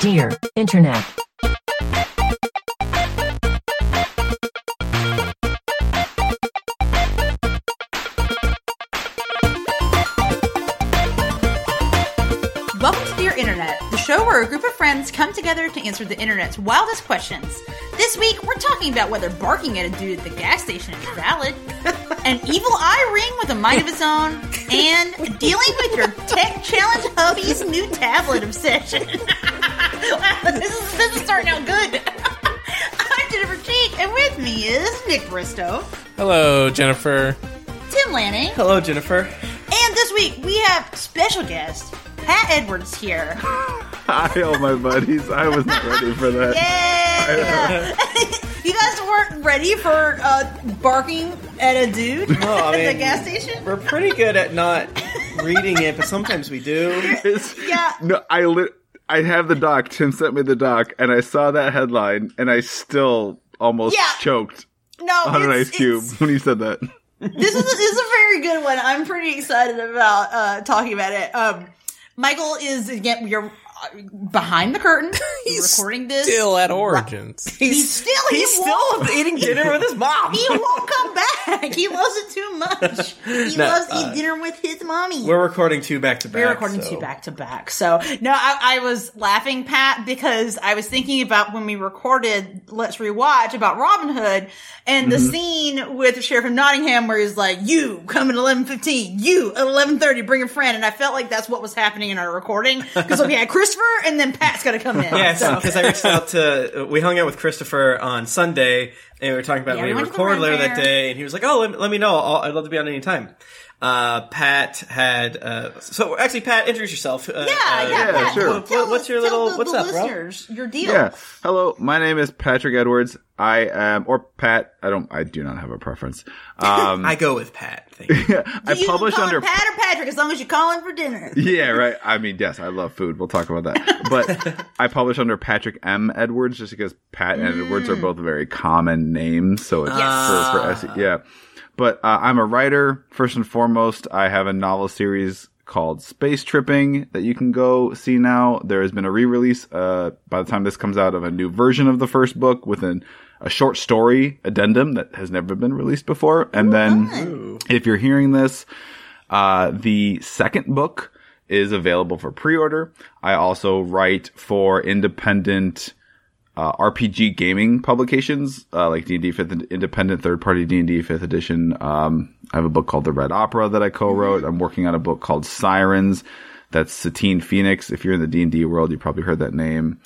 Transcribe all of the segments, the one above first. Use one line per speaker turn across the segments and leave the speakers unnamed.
Dear Internet.
Welcome to Dear Internet, the show where a group of friends come together to answer the internet's wildest questions. This week, we're talking about whether barking at a dude at the gas station is valid, an evil eye ring with a mind of its own, and dealing with your tech challenge hubby's new tablet obsession. wow, this is this is starting out good. I'm Jennifer Cheek, and with me is Nick Bristow,
Hello, Jennifer.
Tim Lanning,
Hello, Jennifer.
and this week we have special guest Pat Edwards here.
Hi, all my buddies. I was not ready for that.
Yeah. you guys weren't ready for uh, barking at a dude
I
at the
mean-
gas station?
We're pretty good at not reading it, but sometimes we do.
It's-
Yeah.
No, I li- I have the doc. Tim sent me the doc, and I saw that headline, and I still almost
Yeah.
choked
No,
on an
it's-
ice cube
it's-
when he said that.
This is, a, this is a very good one. I'm pretty excited about uh, talking about it. Um, Michael is again. You're uh, behind the curtain. He's recording this.
Still at Origins.
He's,
still- he
he's
won't-
still eating dinner with his mom.
he won't come back. He loves it too much. He
No,
loves
uh,
eat dinner with his mommy.
We're recording two back to back.
We're recording two back to back. So no, I, I was laughing, Pat, because I was thinking about when we recorded Let's Rewatch about Robin Hood and the scene with the sheriff of Nottingham where he's like, "You come at eleven fifteen, you at eleven thirty, bring a friend," and I felt like that's what was happening in our recording because we had Christopher and then Pat's gonna come in.
Yes,
So-
because I reached out to. We hung out with Christopher on Sunday, and we were talking about
Yeah,
when
we
we
went to the
record
Ren
later that
Fair.
day, and he was like, "Oh, let, let me know. I'll, I'd love to be on any time." Uh, Pat had. Uh, so actually, Pat, introduce yourself. Uh,
yeah,
uh,
yeah,
yeah,
Pat,
sure.
tell- tell
What's your
the-
little-
tell the,
what's
the
up, bro?
listeners your deal?
Yeah. Hello, my name is Patrick Edwards. I am, or Pat. I don't. I do not have a preference. Um,
I go with Pat. Thank you.
I
You can
publish
call him
under.
Pat or Patrick as long as you call him for dinner.
yeah, right. I mean, yes, I love food. We'll talk about that. But I publish under Patrick M. Edwards just because Pat and Edwards are both very common names. So it's
Yes.
for, for SE yeah. But uh, I'm a writer first and foremost. I have a novel series called Space Tripping that you can go see now. There has been a re-release uh, by the time this comes out of a new version of the first book with an a short story addendum that has never been released before. And then if you're hearing this, uh, the second book is available for pre-order. I also write for independent uh, RPG gaming publications uh, like D and D Fifth Independent Third Party D and D Fifth Edition. Um, I have a book called The Red Opera that I
Mm-hmm.
co-wrote. I'm working on a book called Sirens. That's Satine Phoenix. If you're in the D and D world, you probably heard that name.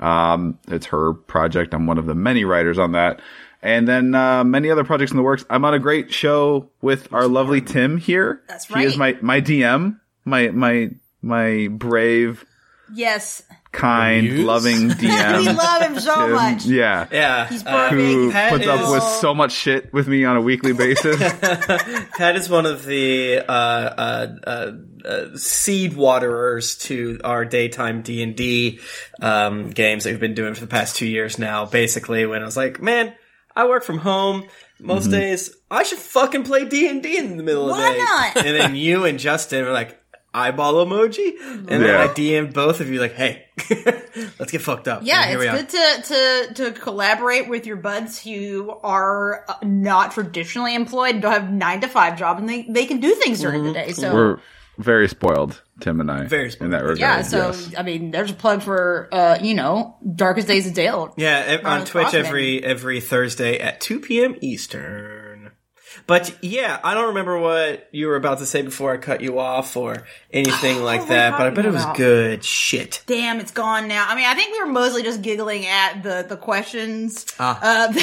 Um, it's her project. I'm one of the many writers on that. And then uh, many other projects in the works. I'm on a great show with our lovely Tim here.
That's
He is my
right.
my DM, my my my brave,
Yes,
kind,
Muse?
loving DM.
we love him so
Tim.
much.
Yeah.
Yeah,
He's
uh,
perfect.
Who
Pat
puts up
is-
with so much shit with me on a weekly basis.
Pat is one of the uh, uh, uh, uh, seed waterers to our daytime D and D um, games that we've been doing for the past two years now. Basically, when I was like, "Man, I work from home most days. I should fucking play D and D in the middle of
Why
the day."
not?
And then you and Justin were like, "Eyeball emoji," and then
Yeah.
I DM'd both of you like, "Hey, let's get fucked up."
Yeah,
And here
it's good to, to to collaborate with your buds who are uh, not traditionally employed, don't have nine to five job, and they, they can do things during the day. So
Mm-hmm. We're very spoiled, Tim and I.
Very spoiled.
In that regard.
yeah, so
yes.
I mean, there's a plug for uh, you know, darkest days of Dale.
Yeah, ev- on
Ronald
Twitch
Kaufman.
every every Thursday at 2 p.m. Eastern. But yeah, I don't remember what you were about to say before I cut you off or anything like
were we
that, but I bet it
talking
was
about?
good shit.
Damn, it's gone now. I mean, I think we were mostly just giggling at the the questions.
Ah.
Uh,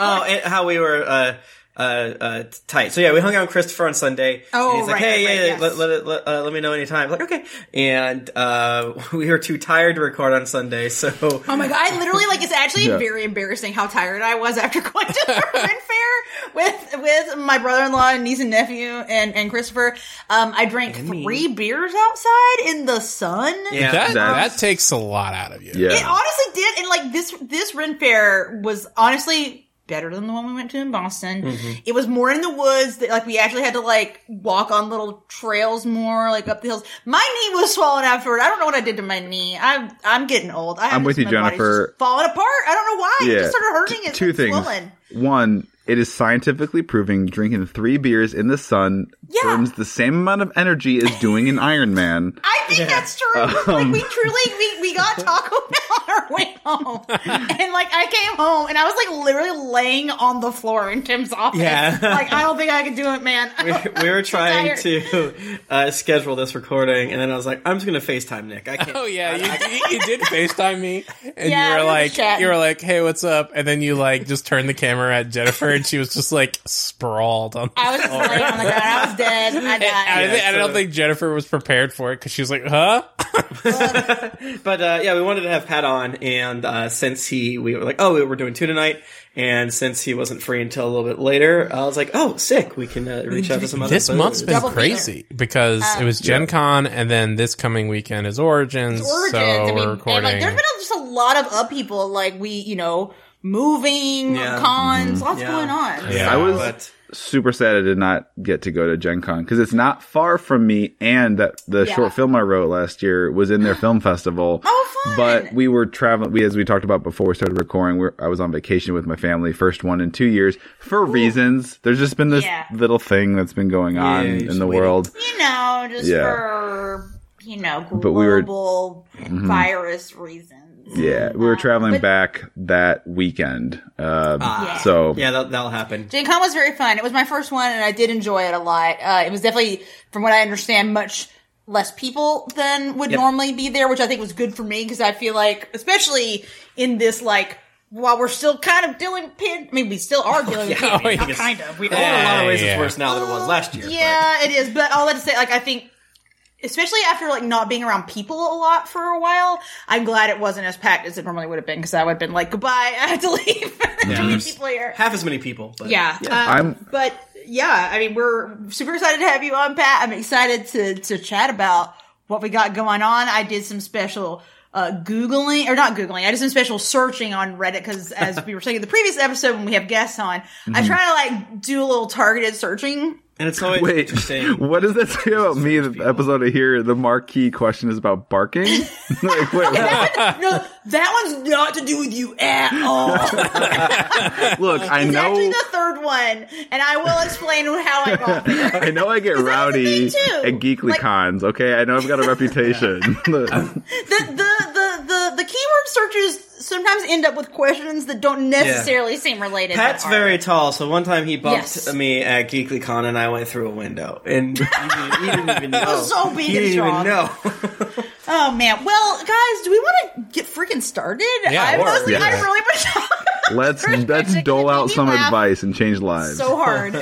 Oh, and how we were uh, uh, uh, tight. So yeah, we hung out with Christopher on Sunday.
Oh,
and he's like,
right,
hey,
right,
yeah,
right, yes.
let, let, it- let, uh, let me know anytime. I'm like, okay. And uh, we were too tired to record on Sunday, so.
Oh my god! I literally like it's actually
Yeah.
very embarrassing how tired I was after going to the Ren Fair with with my brother in law and niece and nephew and and Christopher. Um, I drank three beers outside in the sun.
Yeah.
That,
That's-
that takes a lot out of you.
yeah.
It honestly did, and like this this Ren Fair was honestly better than the one we went to in Boston.
Mm-hmm.
It was more in the woods. That, like we actually had to like walk on little trails more, like up the hills. My knee was swollen afterward. I don't know what I did to my knee. I'm I'm getting old. I
I'm with you,
my body's
Jennifer.
just Falling apart. I don't know why. It just started hurting.
T-
It's
Two
like
things.
Swollen.
One, it is scientifically proving drinking three beers in the sun
Yeah.
burns the same amount of energy as doing an Ironman.
I think that's true. like
Um,
we truly we, we got Taco Bell on our way home. and like I came home and I was like literally laying on the floor in Tim's office.
Yeah.
Like I don't think I can do it, man. I
we,
don't-
we were
I'm so
trying
tired.
to uh, schedule this recording, and then I was like, I'm just gonna FaceTime Nick. I can't.
Oh yeah, you, you- you did Facetime me, and
Yeah,
you
we
were
were
like,
chatting.
you were like, "Hey, what's up?" And then you like just turned the camera at Jennifer, and she was just like sprawled on.
I was just laying on the ground. I was dead. I
I,
died.
thi- I don't
so-
think Jennifer was prepared for it because she was like, "Huh?"
But uh, yeah, we wanted to have Pat on, and uh, since he, we were like, oh, we're doing two tonight, and since he wasn't free until a little bit later, I was like, oh, sick. We can uh, reach out to some other.
This month's been
Double Um, feature.
crazy because it was Gen Con, and then this coming weekend is Origins.
Origins.
so
I mean,
we're
and,
recording.
like there's been a, just a lot of up people. Like we, you know, moving
Yeah.
cons, lots
Yeah.
going on.
Mm-hmm. yeah,
I was
But
super sad I did not get to go to Gen Con because it's not far from me, and that the
Yeah.
short film I wrote last year was in their film festival.
Oh, fun.
But we were traveling. We, as we talked about before we started recording, we were, I was on vacation with my family, first one in two years, for reasons. There's just been this
Yeah.
little thing that's been going on
Yeah,
in
just
the
waiting.
world.
You know, just
Yeah.
for you know
But we were- Mm-hmm.
global virus reasons.
Yeah, we were traveling
But-
back that weekend. Um,
Yeah.
So
Ah. yeah, that, that'll happen.
Gen Con was very fun. It was my first one, and I did enjoy it a lot. Uh, it was definitely, from what I understand, much less people than would
Yep.
normally be there, which I think was good for me because I feel like, especially in this like. While we're still kind of dealing, pan- I mean, we still are dealing. with
Oh,
pandemic,
yeah.
not kind of. We
In a lot
are.
of ways,
Yeah.
it's worse now than it was last year. but-
Yeah, it is. But all that to say, like, I think, especially after like not being around people a lot for a while, I'm glad it wasn't as packed as it normally would have been because I would have been like, goodbye, I have to leave. Too many people here.
half as many people. But,
Yeah. um,
I'm-
but yeah, I mean, we're super excited to have you on, Pat. I'm excited to to chat about what we got going on. I did some special. Uh, Googling or not Googling. I did some special searching on Reddit because as we were saying in the previous episode when we have guests on,
Mm-hmm.
I try to like do a little targeted searching.
and it's always
Wait,
interesting.
what does that say about me in the episode of here? The marquee question is about barking? like, wait,
no, that one's not to do with you at all. It's
look, I
actually
know,
the third one, and I will explain how I got there.
I know I get rowdy
thing, too.
at Geekly
Like-
Cons, okay? I know I've got a reputation.
The, the the the the keyword searches sometimes end up with questions that don't necessarily seem related. but
Pat's
are.
very tall, so one time he bumped
Yes.
me at GeeklyCon, and I went through a window, and he didn't, he didn't even know.
so big
he
and
didn't
strong.
even know.
Oh man, well guys, do we want to get freaking started?
Yeah,
I
or-
mostly I
Yeah.
really want to talk about
let's
first
let's
question
dole
that
out
made
some
me laugh
advice and change lives.
so hard.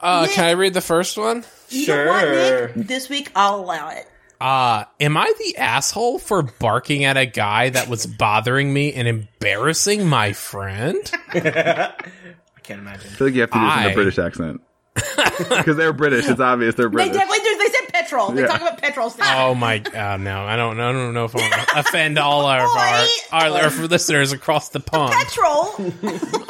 uh, can I read the first one?
You know what,
Sure.
Nick? This week I'll allow it.
Uh, am I the asshole for barking at a guy that was bothering me and embarrassing my friend?
I can't imagine.
I feel like you have to do this in
I-
a British accent. Because they're British, it's obvious they're
They
British.
definitely do. They said petrol. They
Yeah.
talk about petrol. stuff.
Oh my god, no! I don't, I don't know if I want to offend all our of our, our, our listeners across the pond.
Petrol.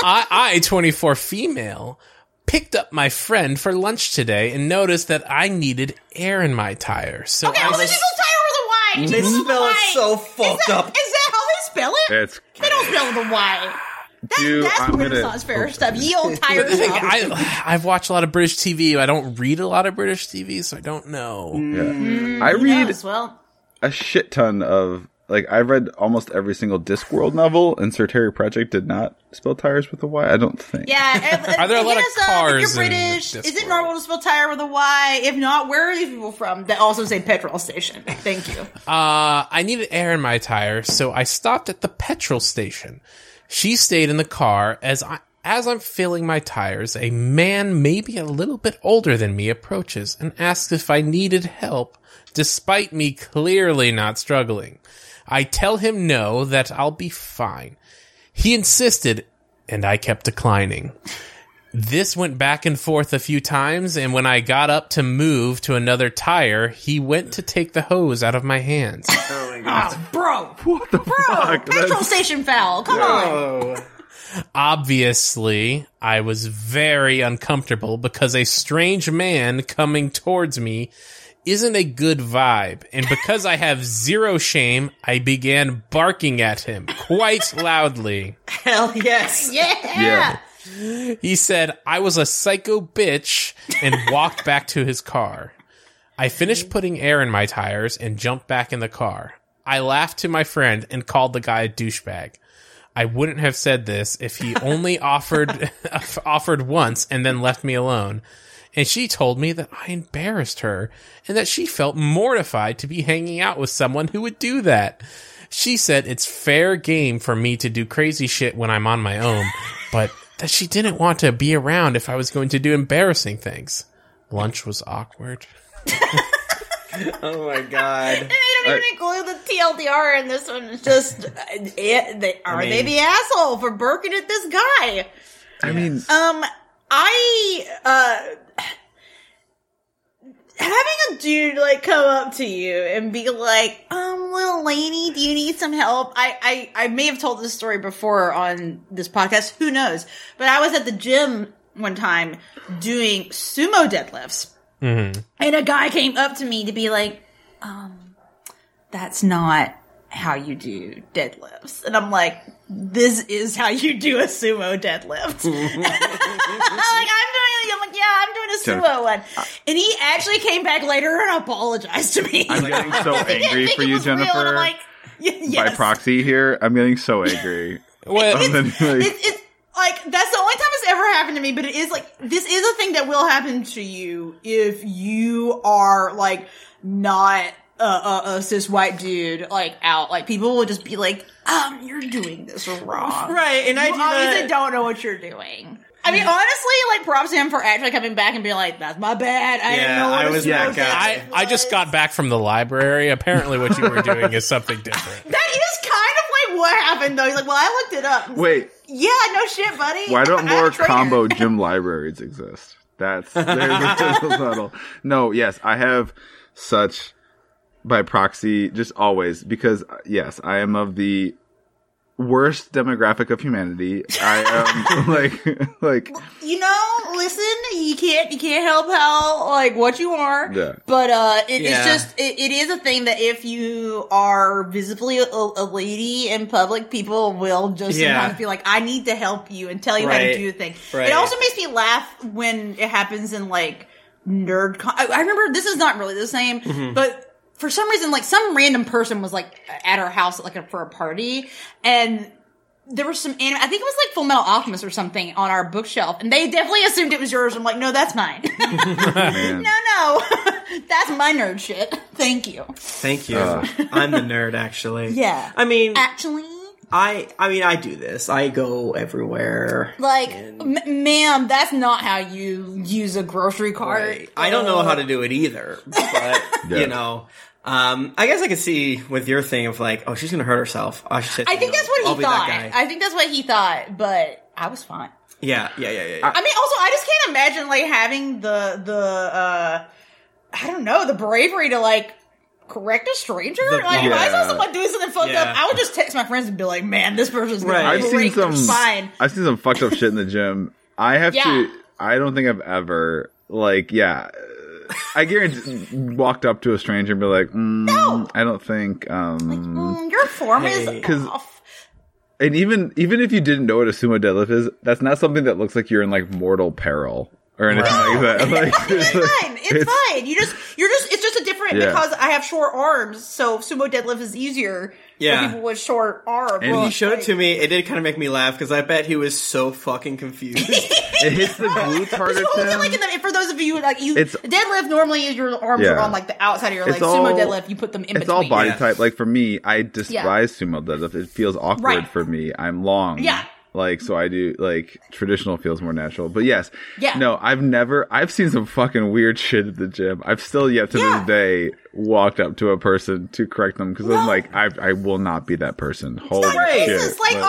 I, I, 24 female, picked up my friend for lunch today and noticed that I needed air in my tire. So
Okay,
I
only
just-
Jiggles Tire or the Y.
They
Jiggles
spell
with a
it
Y.
so
Is
fucked
that,
up.
Is that how they spell it?
It's
they don't spell the Y. That,
Dude,
that's
I'm gonna-
Renaissance fair stuff. Ye old tire
the thing,
stuff.
I, I've watched a lot of British TV. I don't read a lot of British TV, so I don't know.
yeah. I
Mm,
read
Yes, well.
a shit ton of like I've read almost every single Discworld novel, and Sir Terry Pratchett did not spell tires with a Y. I don't think.
Yeah. if-
Are there a
if
lot
hit
of
us up, If
cars
uh, you're
in
British,
this
is it
world?
normal to spell tire with a Y? If not, where are these people from that also say petrol station? Thank you.
Uh, I needed air in my tire, so I stopped at the petrol station. She stayed in the car as I. As I'm filling my tires, a man maybe a little bit older than me approaches and asks if I needed help, despite me clearly not struggling. I tell him no, that I'll be fine. He insisted, and I kept declining. This went back and forth a few times, and when I got up to move to another tire, he went to take the hose out of my hands.
Oh, bro. What the bro,
fuck?
Petrol
That's-
station foul. Come on.
Oh,
Obviously, I was very uncomfortable because a strange man coming towards me isn't a good vibe. And because I have zero shame, I began barking at him quite loudly.
Hell yes.
Yeah.
Yeah.
He said, I was a psycho bitch and walked back to his car. I finished putting air in my tires and jumped back in the car. I laughed to my friend and called the guy a douchebag. I wouldn't have said this if he only offered offered once and then left me alone. And she told me that I embarrassed her and that she felt mortified to be hanging out with someone who would do that. She said it's fair game for me to do crazy shit when I'm on my own, but that she didn't want to be around if I was going to do embarrassing things. Lunch was awkward.
Oh my god.
They don't even include the TLDR in this one. It's just, uh, it, they, are they the asshole for barking at this guy?
I mean,
Um, I uh, having a dude like come up to you and be like, "Um, little lady, do you need some help?" I I, I may have told this story before on this podcast. Who knows? But I was at the gym one time doing sumo deadlifts, and a guy came up to me to be like, "Um, that's not." How you do deadlifts, and I'm like, this is how you do a sumo deadlift. I'm like, I'm doing it. I'm like, yeah, I'm doing a sumo one. And he actually came back later and apologized to me.
I'm getting so
I didn't
angry
think
for
it
you,
was real, and I'm
Jennifer.
like, y-
by
yes.
proxy here, I'm getting so angry.
Well,
Then,
It,
like,
it's like that's the only time it's ever happened to me. But it is like this is a thing that will happen to you if you are like not a, a, a cis white dude like out. Like people will just be like, um, you're doing this wrong,
Right, and I
you
do
obviously
that-
don't know what you're doing. I mean, honestly, like props to him for actually coming back and being like, "That's my bad. I didn't
Yeah,
know what
I
a
was
smoke
that guy.
I, I just got back from the library. Apparently, what you were doing is something different.
That is kind of like what happened though. He's like, "Well, I looked it up."
wait,
Yeah, no shit, buddy.
why don't
I'm a
more
traitor.
combo gym libraries exist? That's there's a little. No, yes, I have such by proxy, just always because uh, yes, I am of the worst demographic of humanity. I am like like
You know, listen, you can't you can't help how like what you are.
Yeah.
But uh, it,
Yeah.
it's just it, it is a thing that if you are visibly a, a lady in public, people will just
Yeah.
sometimes be like, "I need to help you" and tell you how to
Right.
do the thing.
Right.
It also makes me laugh when it happens in like nerd. Con- I, I remember this is not really the same,
Mm-hmm.
but. For some reason, like some random person was like at our house, like for a party, and there was some anime. I think it was like Full Metal Alchemist or something on our bookshelf, and they definitely assumed it was yours. I'm like, no, that's mine. no,
man.
no, that's my nerd shit. Thank you.
Thank you.
Uh.
I'm the nerd actually.
Yeah. Uh,
I mean,
Actually,
I I mean I do this. I go everywhere.
like, m- ma'am, that's not how you use a grocery cart.
Right. I don't know how to do it either, but
Yeah.
you know, um, I guess I could see with your thing of like, oh, she's gonna hurt herself. I should.
I think that's what he
I'll be
thought.
That guy.
I think that's what he thought, but I was fine.
yeah, yeah, yeah, yeah. yeah.
I mean, also, I just can't imagine like having the the uh I don't know the bravery to like correct a stranger.
The-
like if I saw
Yeah.
someone doing something fucked
Yeah.
up, I would just text my friends and be like, "Man, this person's gonna
Right.
I've seen
break their
some.
spine."
I've seen some fucked up shit in the gym. I have
Yeah.
to. I don't think I've ever like yeah. uh, I guarantee walked up to a stranger and be like, mm, I don't think. Um,
Mm, your form
Hey.
is
'Cause-
off.
and even even if you didn't know what a sumo deadlift is, that's not something that looks like you're in like mortal peril or anything like that. Like,
It's fine. It's, fine. You just you're just it's just a different
Yeah.
because I have short arms, so sumo deadlift is easier
Yeah.
for people with short arms.
And
When
Well,
he showed it to me, it did kind of make me laugh because I bet he was so fucking confused.
It hits the glutes harder.
Well,
Tim.
then, like in the, for those of you who, like you,
It's-
deadlift normally is your arms are
Yeah.
on like the outside of your
It's
legs. Sumo
all-
deadlift, you put them in
it's
between.
all body
Yeah.
type. Like for me, I despise sumo deadlift. It feels awkward
Right.
for me. I'm long.
Yeah.
Like so, I do like traditional feels more natural. But yes,
Yeah.
No, I've never. I've seen some fucking weird shit at the gym. I've still yet to
Yeah.
this day walked up to a person to correct them because
No.
I'm like, I I will not be that person. Holy
right.
shit!
It's just, like, honestly,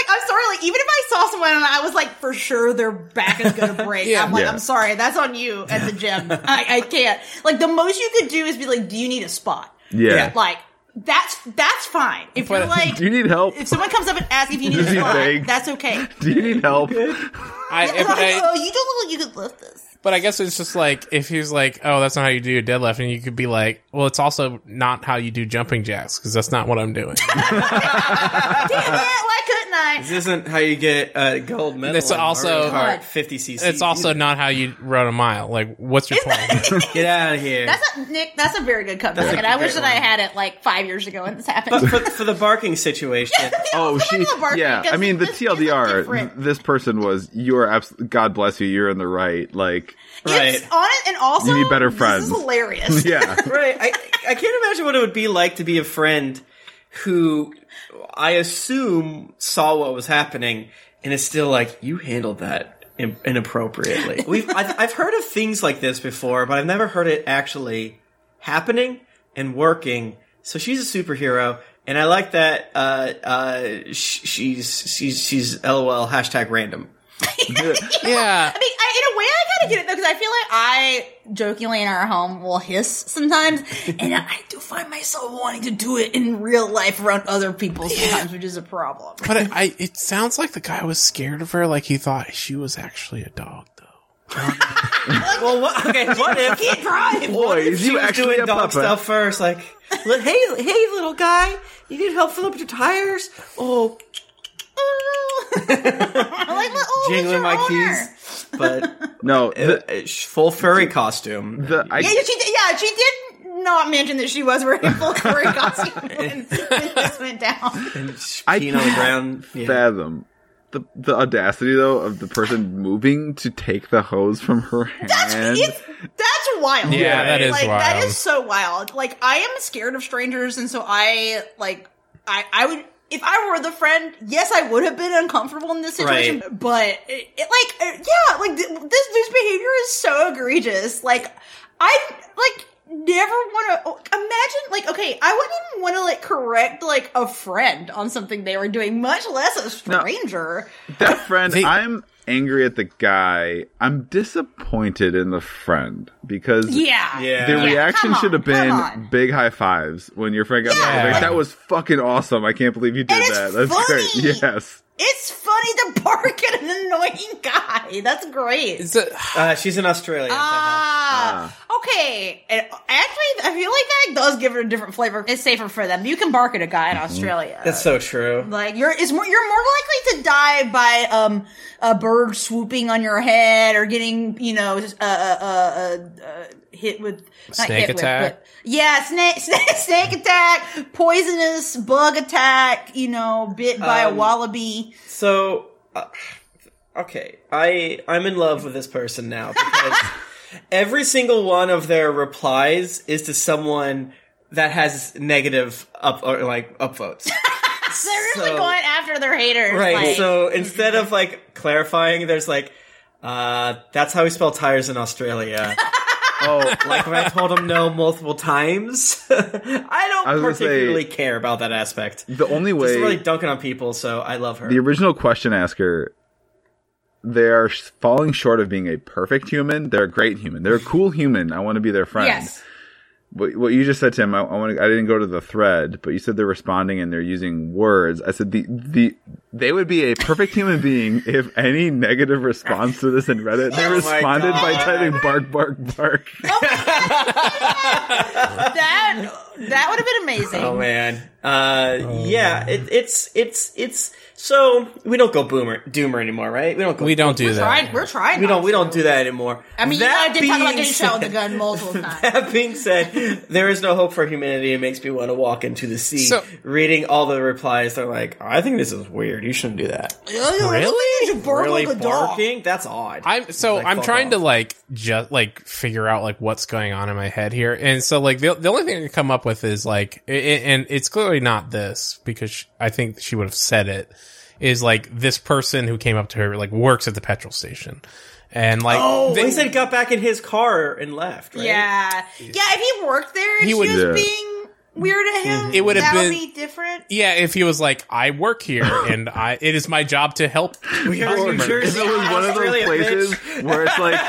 like I'm sorry, like even if I saw someone and I was like for sure their back is gonna break,
Yeah.
I'm like
Yeah.
I'm sorry, that's on you at the gym. I, I can't. Like the most you could do is be like, do you need a spot?
yeah.
Like That's that's fine. If you're
But-
like,
Do you need help?
if someone comes up and asks if you need a
Is he
slide,
vague?
that's okay.
Do you need help?
I,
It's
but,
like,
I
oh, you don't look like you could lift this.
but I guess it's just like if he was like, "Oh, that's not how you do a deadlift," and you could be like, "Well, it's also not how you do jumping jacks because that's not what I'm doing."
Damn it! Why couldn't I?
This isn't how you get a gold medal.
It's
in
also-
Mario Kart 50 cc.
it's also not how you run a mile. Like, what's your point?
get out of here.
That's a Nick. That's a very good comeback,
a
and I
great
wish that
one.
I had it like five years ago when this
but
happened.
for, for the barking situation,
Oh,
Someone
she.
will bark
Yeah,
because
I mean the
this is
TLDR.
different.
th- This person was. You are abs- God bless you. You're in the right. Like,
right?
It's on it, and also
You need better friends.
This is hilarious.
yeah.
right. I I can't imagine what it would be like to be a friend who I assume saw what was happening and is still like, you handled that in- inappropriately. We've I've, I've heard of things like this before, but I've never heard it actually happening and working. So she's a superhero. And I like that uh, uh, sh- she's she's she's lol hashtag random.
yeah,
I mean, I, in a way, I kind of get it though, because I feel like I jokingly in our home will hiss sometimes, and I, I do find myself wanting to do it in real life around other people sometimes, which is a problem.
but I, I, it sounds like the guy was scared of her. Like he thought she was actually a dog, though.
Well, what, okay, what if
Keep trying.
Boy,
What if
is
she
you
was
actually
doing
a
dog
puppet?
stuff first? Like, li- hey, hey, little guy, you need help filling up your tires? Oh,
I'm like, oh,
jingling my
owner.
keys. But
No.
uh,
The,
uh, sh- full furry costume.
the, I,
Yeah, she did. Yeah, she did not mention that she was wearing full curry costume when, when this went down.
I
peeing on the ground. Yeah.
fathom the the audacity though of the person moving to take the hose from her hand.
It's, that's wild.
Yeah, that is
like that
wild.
is so wild. Like I am scared of strangers, and so I like I I would if I were the friend, yes, I would have been uncomfortable in this situation. But it, it like uh, yeah, like th- this this behavior is so egregious. Like I like never want to imagine like okay i wouldn't even want to like correct like a friend on something they were doing much less a stranger
that friend,
They-
I'm angry at the guy. I'm disappointed in the friend because
yeah
Yeah.
The reaction
come on,
should have
come
been
on.
big high fives when your friend got
Yeah.
like, that was fucking awesome. I can't believe you did
And it's
that. That's
funny.
great. Yes.
It's funny to bark at an annoying guy. That's great.
Is it-
Uh, she's in Australia.
Ah, okay. And actually, I feel like that does give it a different flavor. It's safer for them. You can bark at a guy in Australia.
That's so true.
like you're is more you're more likely to die by um a bird swooping on your head or getting you know just, uh, uh, uh, uh, hit with not
Snake
hit with,
attack?
but- yeah snake, snake snake attack poisonous bug attack you know bit by a
Um,
wallaby
So, uh, okay, I I'm in love with this person now because every single one of their replies is to someone that has negative up or like upvotes.
They're really
So-
going after their haters.
Right.
like-
so instead of like clarifying, there's like, uh, that's how we spell tires in Australia.
Oh,
like when I told him no multiple times, I
I
don't
was gonna
particularly
say-
care about that aspect.
the only
She's
way
really dunking on people, so I love her.
the original question asker they are sh- falling short of being a perfect human. They're a great human. They're a cool human. I want to be their friend.
yes.
What, what you just said to him, I, I, want I didn't go to the thread, but you said they're responding and they're using words. I said the the they would be a perfect human being if any negative response to this in Reddit they
Oh my
responded by
God.
typing bark bark bark.
That that would have been amazing.
Oh man, uh,
Oh,
yeah, it, it's it's it's so we don't go boomer doomer anymore, right? We don't go.
we don't do that.
Trying- we're trying.
We
not
don't. We
to.
don't do that anymore.
I mean, you know, I did talk about
being
getting shot
said-
with a gun multiple times.
That being said, there is no hope for humanity. It makes me want to walk into the sea.
So-
Reading all the replies, they're like, "I think this is weird. You shouldn't do that."
really? You bark
really
like a dog.
barking? That's odd.
I'm so
Like,
I'm
fuck
trying to
off.
like just like figure out like what's going on in my head here, and so like the the only thing I can come up with is like, i- i- and it's clearly not this because sh I think she would have said it is like this person who came up to her like works at the petrol station, and like
Oh,
they-
he said he got back in his car and left. Right?
Yeah. Yeah. If he worked there, and
He
she
would-
was
Yeah.
being weird at him.
It would have
that
been-
would be different.
yeah, if he was like I work here and I it is my job to help.
we are in New
Customers.
If
Jersey.
it was one of those
Australia,
places
bitch.
where it's like,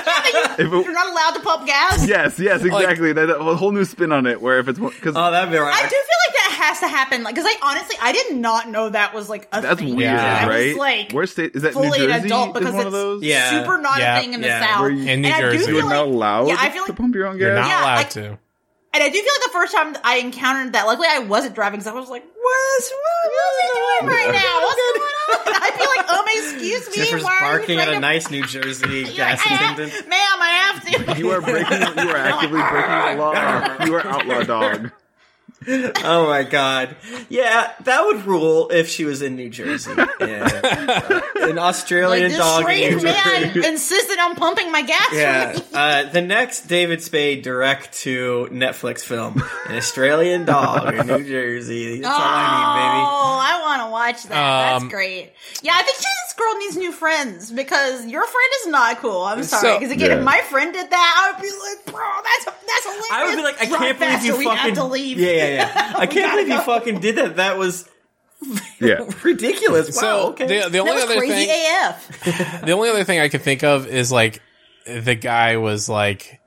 if
You're
it,
not allowed to pump gas.
yes, yes, exactly. That, that- a whole new spin on it. Where if it's because
Oh, that'd be
I
right.
do feel like that has to happen. Like, because I honestly, I did not know that was like a
That's
thing.
weird,
Yeah.
I
right?
was like,
Where state is that? New
fully an
Jersey
adult because
is one
it's
of those.
Yeah.
super not
Yeah,
a thing in the
yeah.
South.
Where you-
In New
and I do
Jersey.
You
feel
are not
like-
allowed
yeah, I feel
to
like
pump your own gas.
You're not
Yeah,
allowed
like-
to.
And I do feel like the first time I encountered that, luckily I wasn't driving because I was like, what is what,
Oh,
what is he doing right now? What's going on? I'd be like, um, excuse me,
Jennifer's
why are you
barking at
trying to-
a nice New Jersey
You're
gas
like, I have-
attendant.
Ma'am, I have to.
You are breaking. You are actively breaking the law. You are outlaw dog.
Oh my god. Yeah, that would rule if she was in New Jersey. Yeah. Uh, an
like,
Australian
this
dog in
strange
New Jersey.
man insisted on pumping my gas for
Yeah.
me.
Uh, the next David Spade direct to Netflix film, an Australian dog in New Jersey. That's
Oh,
all I
I want to watch that.
Um,
That's great. Yeah, I think Jesus girl needs new friends because your friend is not cool. I'm sorry.
So-
Because again,
Yeah.
if my friend did that, I would be like, bro, that's that's hilarious.
need, baby. I would be like, I
Drive
can't believe
faster,
you
we
fucking.
have to leave.
Yeah, yeah, yeah. I can't
gotta
believe you
go.
fucking did that. That was
Yeah.
ridiculous. Wow.
So
okay.
the, the only
that was
other
crazy
thing,
AF.
the only other thing I can think of is like the guy was like,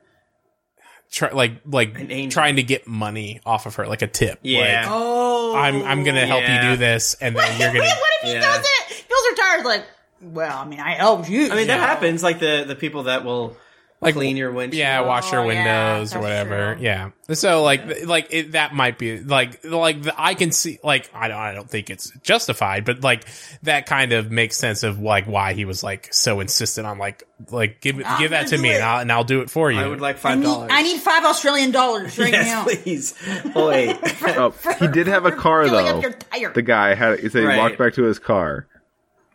try, like
An
like
angel.
trying to get money off of her, like a tip.
Yeah.
Like,
Oh,
I'm I'm gonna help
yeah.
you do this, and then you're
Wait,
gonna.
what if he
Yeah.
does it? Feels retired. Like, well, I mean, I helped you.
I mean, that
Yeah.
happens. Like the the people that will
Like,
clean your windshield.
Yeah, wash your
Oh, yeah,
windows or
that's
whatever.
true.
Yeah. So like th- like it, that might be like like the, I can see like I don't I don't think it's justified, but like that kind of makes sense of like why he was like so insistent on like like give it
I'm
give that
gonna
to
do
me
it.
and I'll and I'll do it for you.
I would like
I
five
need,
dollars.
I need five Australian dollars right now.
yes, please. Wait.
Oh, he did have a car
Filling
though.
up your tire.
The guy had. He said he
Right.
walked back to his car.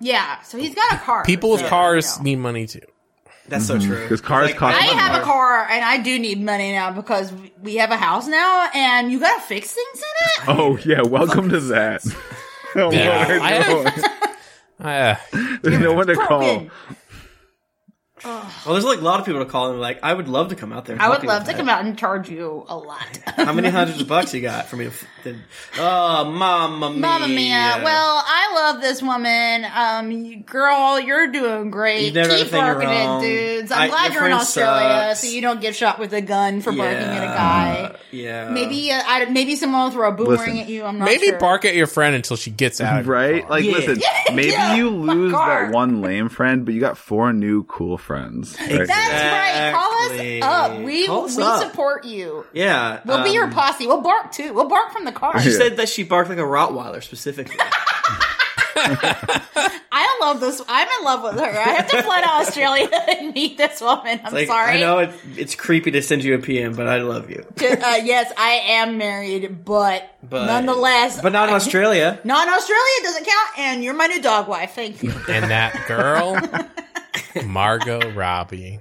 yeah, so he's got a car.
People with
so, you
cars
know.
need money too.
That's so true.
'Cause cars cost
I
money.
have a car and I do need money now because we have a house now and you gotta fix things in it.
Oh yeah, welcome to that. Oh,
Yeah.
Lord,
I-
no.
Uh,
There's no one to call.
Broken.
Well, there's like a lot of people to call and be like, I would love to come out there. and
I
help
would
you
love to
with that."
come out and charge you a lot.
How many hundreds of bucks you got for me? To f- to, oh, mama mia!
Mama mia. Well, I love this woman. Um, you- girl, you're doing great.
You've never done a
Keep
thing
barking
wrong.
it, dudes. I'm
I-
glad
your
you're in
friend
Australia,
sucks.
so you don't get shot with a gun for barking at a guy.
Yeah.
Maybe uh, I, maybe someone will throw a boomerang
Listen.
at you. I'm not
maybe
sure.
bark at your friend until she gets out. of your
Right?
car.
Like,
Yeah.
listen, maybe
Yeah,
you
my
lose
car.
that one lame friend, but you got four new cool friends. Right?
That's right.
Exactly.
Call us up. We
Call us
we
up.
support you.
Yeah.
We'll be
um,
your posse. We'll bark too. We'll bark from the car.
She
Yeah.
said that she barked like a Rottweiler specifically.
I love this. I'm in love with her. I have to fly to Australia and meet this woman. I'm
Like,
sorry.
I know it, it's creepy to send you a PM, but I love you.
uh, yes, I am married, but,
But
nonetheless,
but not in Australia.
not in Australia it doesn't count. And you're my new dog wife. Thank you.
And that girl, Margot Robbie.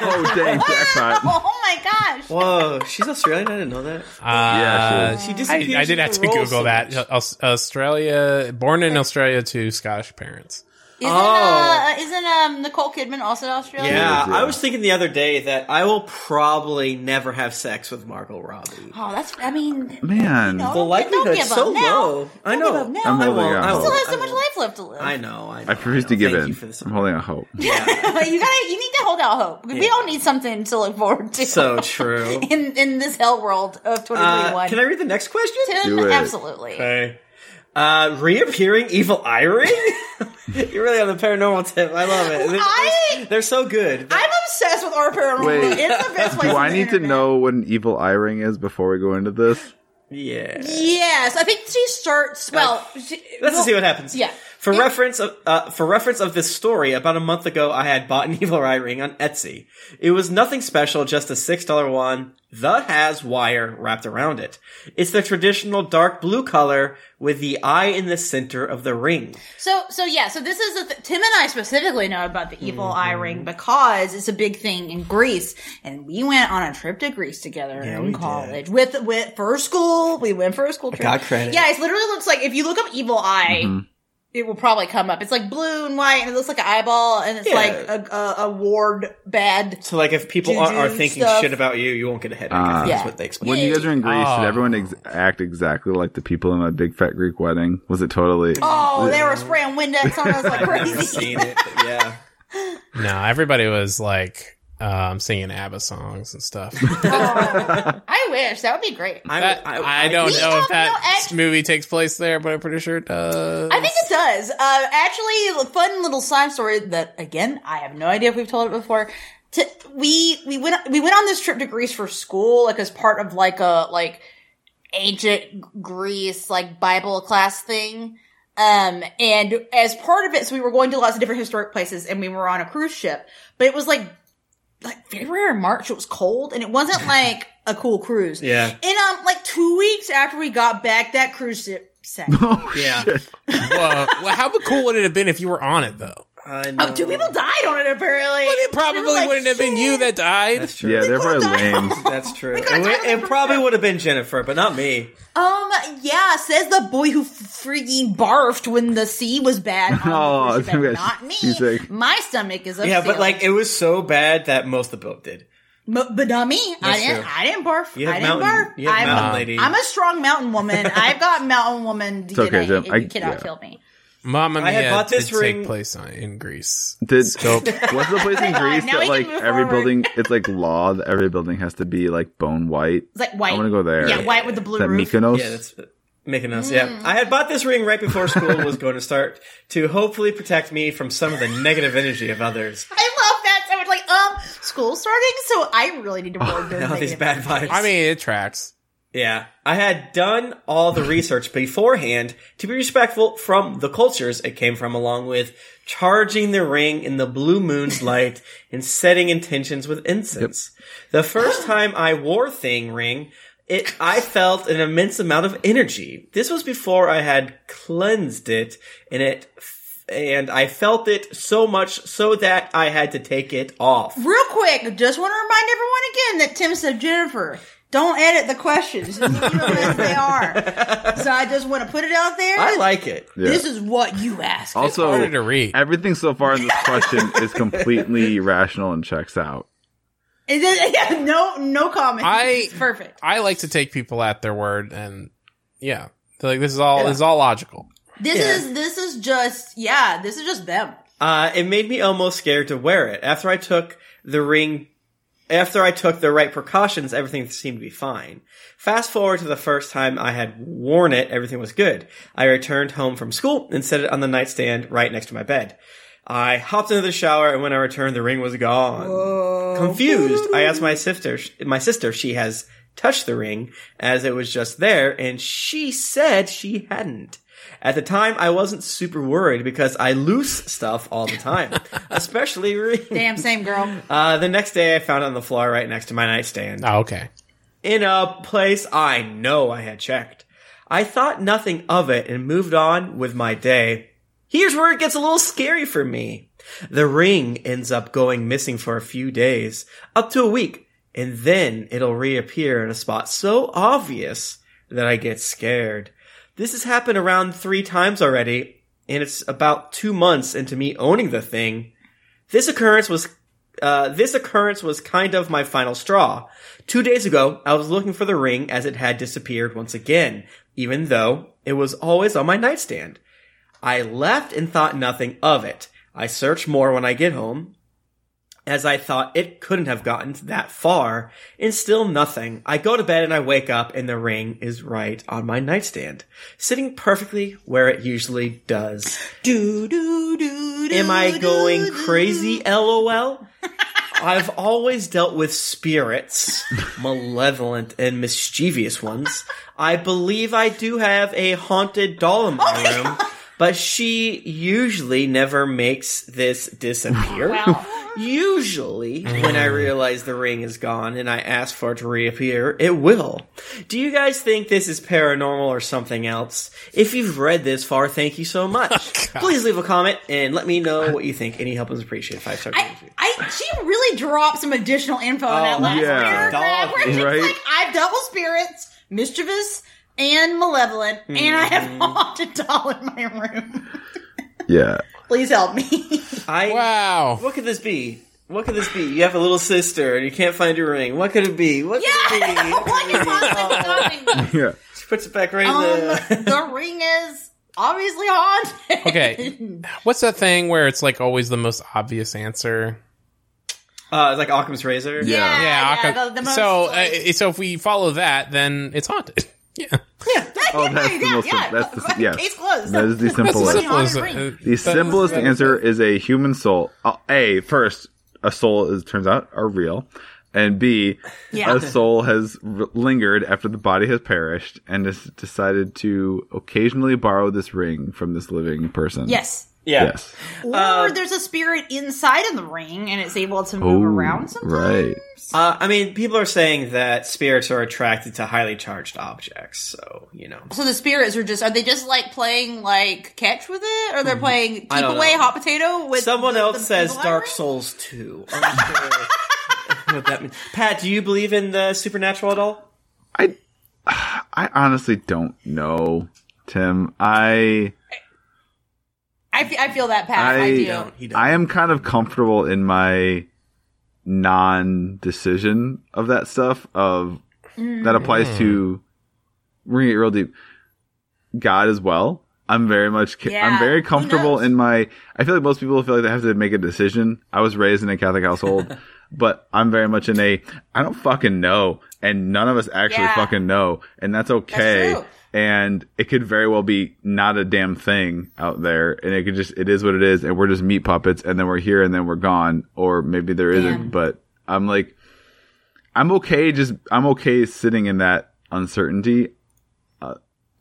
Oh, dang, jackpot.
oh my gosh.
Whoa, she's Australian. I didn't know that.
Uh,
Yeah, she is.
She disappears.
I, I did
into
have
the
to
role
Google
so
that.
much.
Aus- Australia, born in Australia to Scottish parents.
Isn't
Oh.
uh, isn't um Nicole Kidman also Australian?
Yeah,
Yeah.
I was thinking the other day that I will probably never have sex with Margot Robbie.
Oh, that's. I mean,
Man.
No. Don't-
The
don't
likelihood's
give up
so
now.
low. I
Don't give
know.
up now.
I
I'm
won't.
holding out
I
hope.
still
won't.
has
I
so much
won't.
life left to live.
I know. I, know,
I refuse
know.
to give
Thank
in.
You for this
I'm holding out hope.
But you gotta, you need to hold out hope. We
Yeah.
all need something to look forward to.
so true.
in in this hell world of twenty twenty
Uh,
one,
can I read the next question?
Do it.
absolutely.
Okay. Uh, reappearing evil eye ring? You're really on the paranormal tip. I love it. They're,
I-
they're so good.
I'm obsessed with our paranormal.
Wait,
it's the best place.
Do
on
I
the
need to
internet.
know what an evil eye ring is before we go into this?
yeah.
Yes, I think she starts. Well, she,
Let's
well,
see what happens.
yeah.
For
It-
reference of uh, for reference of this story, about a month ago, I had bought an evil eye ring on Etsy. It was nothing special, just a six dollar one that has wire wrapped around it. It's the traditional dark blue color with the eye in the center of the ring.
So so yeah. So this is a th- Tim and I specifically know about the evil
Mm-hmm.
eye ring because it's a big thing in Greece, and we went on a trip to Greece together
we
in
did.
college with with for school. We went for a school trip.
got credit. Mm-hmm.
Yeah, it literally looks like if you look up evil eye.
Mm-hmm.
It will probably come up. It's like blue and white, and it looks like an eyeball, and it's
Yeah.
like a, a, a ward bad.
So, like, if people are, are
Juju
thinking
stuff.
shit about you, you won't get a headache. I
Ah.
think
Yeah.
That's what they explain.
When you guys were in Greece,
Oh.
did everyone ex- act exactly like the people in my big fat Greek wedding? Was it totally?
Oh, they were spraying Windex on us like
I've never
crazy.
seen it, but yeah.
No, everybody was like um, singing ABBA songs and stuff.
Oh. I wish that would be great.
I'm,
That- I, don't
We
know
have
if that
no ex-
movie takes place there, but I'm pretty sure it does.
I think it does. Uh, actually, a fun little side story that again, I have no idea if we've told it before. To, we we went we went on this trip to Greece for school, like as part of like a like ancient Greece like Bible class thing. Um, and as part of it, so we were going to lots of different historic places, and we were on a cruise ship. But it was like like February or March. It was cold, and it wasn't like a cool cruise.
Yeah.
And um, like two weeks after we got back, that cruise ship sank.
Oh,
Yeah.
shit.
Whoa. well, how cool would it have been if you were on it though?
I know.
Oh, two people died on it apparently.
But it probably
They were like,
wouldn't have been you
"Shit."
that died.
That's true.
Yeah, they're probably
could've died.
lame.
That's true. It,
could've
wa-
done
it
it
probably
for-
would have been Jennifer, but not me.
Um, yeah, says the boy who freaking barfed when the sea was bad. Oh,
Oh, okay.
not me.
He's like-
My stomach is upset.
Yeah, but like it was so bad that most of the boat did.
M- but not me. I
That's
didn't.
true.
I didn't barf.
You
I
had
didn't
mountain,
barf.
you had
I'm,
mountain lady.
I'm a strong mountain woman. I've got mountain woman DNA.
okay, Jim.
and
I-
you cannot
yeah.
kill me.
Mama
I had
Mia
bought
did
this
take
ring-
place on, in Greece.
Did
Scope.
what's the place in
God,
Greece
now we
that
can
like
move
every
forward.
building? It's like law that every building has to be like bone white.
It's like white.
I want to go there.
Yeah, white with the blue
Is that
roof.
Mykonos.
Yeah, that's Uh, Hmm. making us. Yeah, I had bought this ring right before school was going to start to hopefully protect me from some of the negative energy of others.
I love that. So I was like, um, school starting, so I really need to roll those
Now these
negative
Oh, bad vibes.
I mean, it tracks.
yeah, I had done all the research beforehand to be respectful from the cultures it came from, along with charging the ring in the blue moon's light and setting intentions with incense. The first time I wore thing ring. It, I felt an immense amount of energy. This was before I had cleansed it, and it, and I felt it so much so that I had to take it off.
Real quick, just want to remind everyone again that Tim said, Jennifer, don't edit the questions. Leave them as they are. So I just want to put it out there.
I like it.
this is what you asked.
Also,
harder to read.
everything so far in this question is completely rational and checks out.
It is- yeah, no, no comment.
I-
It's perfect.
I like to take people at their word, and yeah, like this is all this is all logical.
This
Yeah.
is this is just yeah. This is just them.
Uh, it made me almost scared to wear it. After I took the ring, after I took the right precautions, everything seemed to be fine. Fast forward to the first time I had worn it, everything was good. I returned home from school and set it on the nightstand right next to my bed. I hopped into the shower and when I returned, the ring was gone. Confused, I asked my sister, my sister, if she has touched the ring as it was just there and she said she hadn't. At the time, I wasn't super worried because I lose stuff all the time, especially rings.
Damn, same girl.
Uh, the next day, I found it on the floor right next to my nightstand
Oh, okay.
in a place I know I had checked. I thought nothing of it and moved on with my day. Here's where it gets a little scary for me. The ring ends up going missing for a few days, up to a week, and then it'll reappear in a spot so obvious that I get scared. This has happened around three times already, and it's about two months into me owning the thing. This occurrence was uh, this occurrence was kind of my final straw. Two days ago, I was looking for the ring as it had disappeared once again, even though it was always on my nightstand. I left and thought nothing of it. I searched more when I get home, as I thought it couldn't have gotten that far, and still nothing. I go to bed and I wake up and the ring is right on my nightstand, sitting perfectly where it usually does.
Do do do. do,
Am I
do,
going
do.
crazy? LOL. I've always dealt with spirits, malevolent and mischievous ones. I believe I do have a haunted doll in my room, but she usually never makes this disappear. Usually, when I realize the ring is gone and I ask for it to reappear, it will. Do you guys think this is paranormal or something else? If you've read this far, thank you so much. Please leave a comment and let me know what you think. Any help is appreciated. Five star.
I, I, she really dropped some additional info in that
Oh,
last
yeah.
paragraph where she's
Right?
like, I've double spirits, mischievous, and malevolent, and I have haunted doll in my room.
Yeah.
Please help me.
I
Wow.
What could this be? What could this be? You have a little sister and you can't find your ring. What could it be? What could it
yeah,
be?
what could possibly be coming?
Yeah.
She puts it back right in
Um,
the.
the ring is obviously haunted.
Okay. What's that thing where it's like always the most obvious answer?
Uh, like Occam's Razor.
Yeah.
Yeah,
Yeah,
yeah,
Occam-
the- the most,
so
like-
uh, so if we follow that, then it's haunted. Yeah,
Oh, that's the most.
yeah,
That's the yeah.
Case closed.
That is the
That's
simplest.
Haunted
simple as-
ring.
The simplest answer is a human soul. Uh, a first, a soul is turns out are real, and B,
Yeah.
a soul has r- lingered after the body has perished and has decided to occasionally borrow this ring from this living person.
yes.
Yeah.
Yes.
Or there's a spirit inside of the ring and it's able to move around sometimes.
right.
Uh, I mean, people are saying that spirits are attracted to highly charged objects, so you know.
So the spirits are just are they just like playing like catch with it? Or they're playing keep
Mm-hmm. I don't
away
know.
hot potato with
Someone
the-
else
the
says
people
Dark
ring?
Souls Two. I'm sure what that means. Pat, do you believe in the supernatural at all?
I, I honestly don't know, Tim. I.
I fe- I feel that path. I,
I-
do.
Don't.
He doesn't.
I am kind of comfortable in my non-decision of that stuff of that applies to bringing it real deep. God as well. I'm very much. Ca-
Yeah,
I'm very
who
comfortable
knows?
in my. I feel like most people feel like they have to make a decision. I was raised in a Catholic household, but I'm very much in a. I don't fucking know, and none of us actually
Yeah.
fucking know, and that's okay.
true.
And it could very well be not a damn thing out there, and it could just. It is what it is, and we're just meat puppets, and then we're here, and then we're gone, or maybe there
Damn.
not But I'm like, I'm okay. Just I'm okay sitting in that uncertainty uh,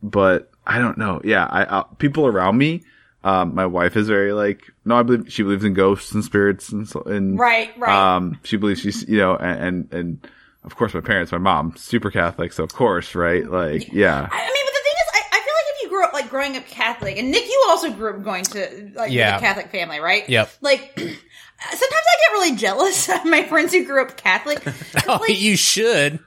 but I don't know. Yeah, I uh, people around me. Um, my wife is very like no, I believe she believes in ghosts and spirits and so and
Right, right.
Um, she believes she's you know and and, and of course my parents, my mom, super Catholic, so of course, right? Like, yeah,
I I mean, but the thing is, I, I feel like if you grew up like growing up Catholic, and Nick, you also grew up going to like
Yeah.
a Catholic family, right?
Yep.
Like sometimes I get really jealous of my friends who grew up Catholic.
Oh, you should.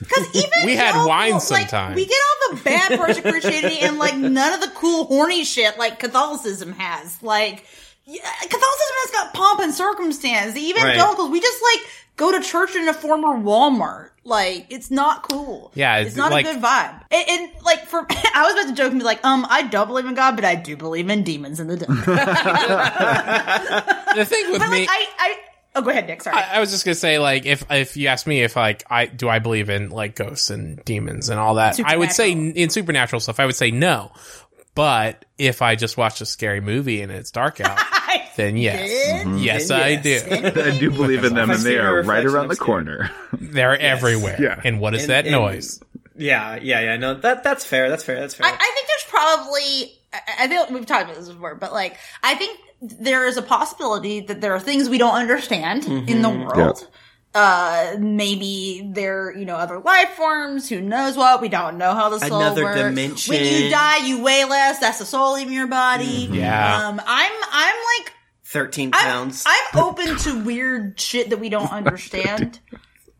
Because even
We had
though,
wine
like,
sometime.
we get all the bad parts of Christianity and like none of the cool horny shit like Catholicism has. Like yeah, Catholicism has got pomp and circumstance. The evangelicals, we just like go to church in a former Walmart. Like it's not cool.
Yeah,
it's,
it's
not
like-
a good vibe. And, and like for, I was about to joke and be like, um, I don't believe in God, but I do believe in demons in the devil. but like,
The thing with me,
I, I, oh, go ahead, Nick. Sorry.
I, I was just gonna say, like, if if you asked me if like I do I believe in like ghosts and demons and all that, I would say n- in supernatural stuff, I would say no. But if I just watched a scary movie and it's dark out,
I
then yes, Mm-hmm.
did.
yes,
Then
I
yes.
do.
I do believe in them,
If I
and
see
they
a
are right
reflection,
around
I'm
the
scared.
corner.
They're everywhere.
Yeah.
And what is
And-
that
and-
noise?
Yeah, yeah, yeah. No, that that's fair. That's fair. That's fair.
I, I think there's probably. I- I think we've talked about this before, but like, I think there is a possibility that there are things we don't understand
Mm-hmm.
in the world. Uh, maybe they're you know other life forms. Who knows what? We don't know how the soul
Another
works.
dimension. Mm-hmm.
When you die, you weigh less. That's the soul in your body.
Yeah.
Um, I'm I'm like
Thirteen
I'm,
pounds.
I'm open to weird shit that we don't understand.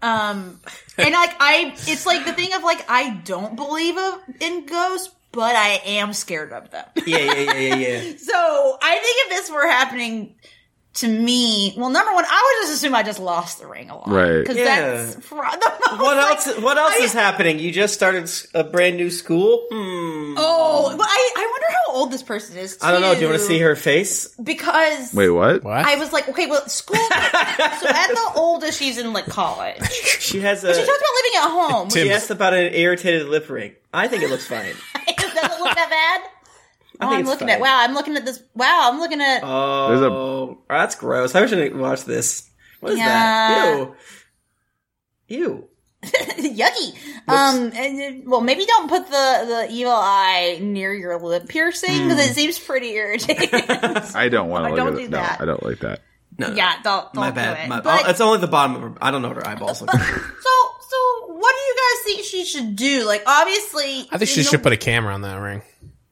Um, and like I, it's like the thing of like I don't believe of, in ghosts, but I am scared of them.
yeah, yeah, yeah, yeah, yeah.
so I think if this were happening to me, well, number one, I would just assume I just lost the ring a lot,
Right.
Because
Yeah.
that's pro- the most,
What
like-
else? What else
I-
is happening? You just started s- a brand new school. Hmm.
Oh, well, I I wonder how old this person is.
I don't know. Do you
too,
want to see her face?
Because
Wait, what?
What?
I was like, okay, well, school. so at the oldest, she's in like college.
She has
She
a.
talks about living at home.
Tim-
She asked about an irritated lip ring. I think it looks fine.
Which is, does it look that bad?
I
Oh,
think
I'm
it's
looking
fine.
at wow. I'm looking at this. Wow, I'm looking at.
Oh, that's gross. I shouldn't watch this. What is
Yeah.
that? Ew. Ew. Oh.
yucky. Um, and, uh, well, maybe don't put the the evil eye near your lip piercing because
Hmm.
it seems pretty irritating.
I don't want
I
to look
don't
at
do
it. No,
that.
I don't like that.
No, no,
yeah, don't don't
My
do
bad.
it.
My,
But-
oh, it's only the bottom of her. I don't know what her eyeballs look like.
so so, what do you guys think she should do? Like, obviously,
I think she should put a camera on that ring.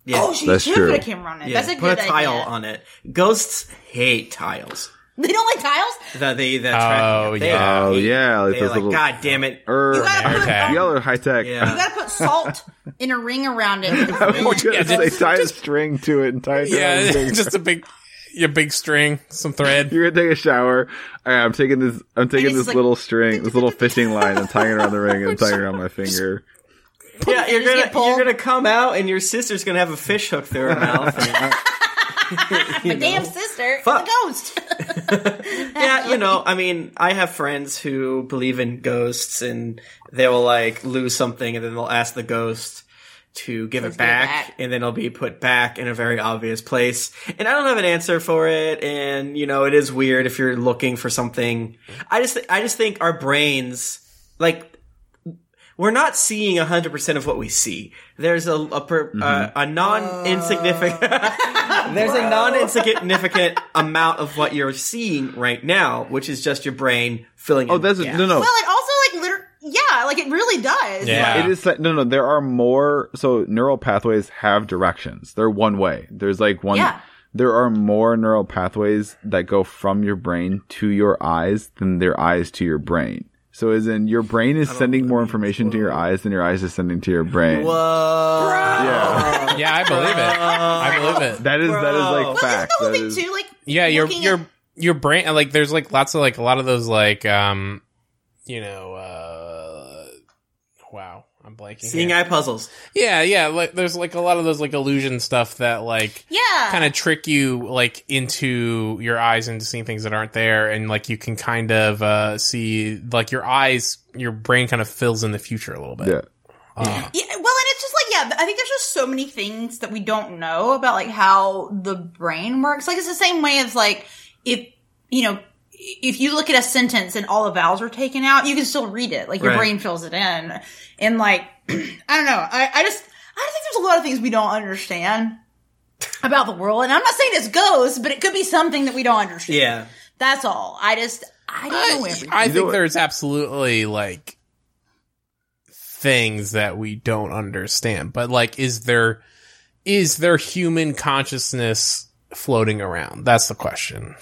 Yeah.
Oh, she
That's
should
true.
put a camera on it.
Yeah,
That's a
put
good
a tile
idea.
on it. Ghosts hate tiles.
They don't like tiles.
The the, the
Oh, yeah.
Oh yeah, like
They
those
like
little
God damn it.
er,
You gotta put
tag.
yellow high tech.
Yeah.
You gotta put salt in a ring around it.
I was gonna
Yeah,
say
just-
tie a string to it and tie it. to
Yeah,
everything.
just a big, your big string, some thread.
You're gonna take a shower. All right, I'm taking this. I'm taking
it's
this
like-
little string, this little fishing line. I'm tying it around the ring and tying it around my finger.
Yeah, you're
Just
gonna
get pulled.
you're gonna come out and your sister's gonna have a fish hook through her mouth. and-
My damn sister
Fuck.
is a ghost.
yeah, you know, I mean, I have friends who believe in ghosts and they will like lose something and then they'll ask the ghost to give
Please
it
give it
back,
back.
and then it'll be put back in a very obvious place. And I don't have an answer for it and you know, it is weird if you're looking for something. I just I just think our brains like we're not seeing 100% of what we see. There's a a, per, uh, a non insignificant Oh. There's a non insignificant amount of what you're seeing right now, which is just your brain filling
Oh,
in
that's
gaps.
no, no.
Well, it also like liter- yeah, like it really does.
Yeah.
It is like- no, no. There are more. So neural pathways have directions. They're one way. There's like one.
Yeah.
There are more neural pathways that go from your brain to your eyes than their eyes to your brain. So as in your brain is sending more information to your eyes than your eyes is sending to your brain.
Whoa.
Yeah.
Yeah, I believe it. I believe it.
That is that is
Bro.
like
Well, isn't
fact.
the whole
That
thing
is,
too like
Yeah, your
looking
your
at-
your brain like there's like lots of like a lot of those like um you know uh wow, I'm blanking.
Seeing
here.
eye puzzles.
yeah, yeah, like there's like a lot of those like illusion stuff that like
yeah,
kind of trick you like into your eyes into seeing things that aren't there and like you can kind of uh see like your eyes your brain kind of fills in the future a little bit.
yeah.
Uh,
Yeah, well, and it's just like, yeah, I think there's just so many things that we don't know about like how the brain works. Like it's the same way as like if you know if you look at a sentence and all the vowels are taken out, you can still read it. Like your
Right.
brain fills it in, and like I don't know, I, I just I think there's a lot of things we don't understand about the world, and I'm not saying it's ghosts, but it could be something that we don't understand.
Yeah.
That's all. I just I don't know everything.
I
You know
think
what-
there's absolutely like things that we don't understand, but like, is there is there human consciousness floating around? That's the question,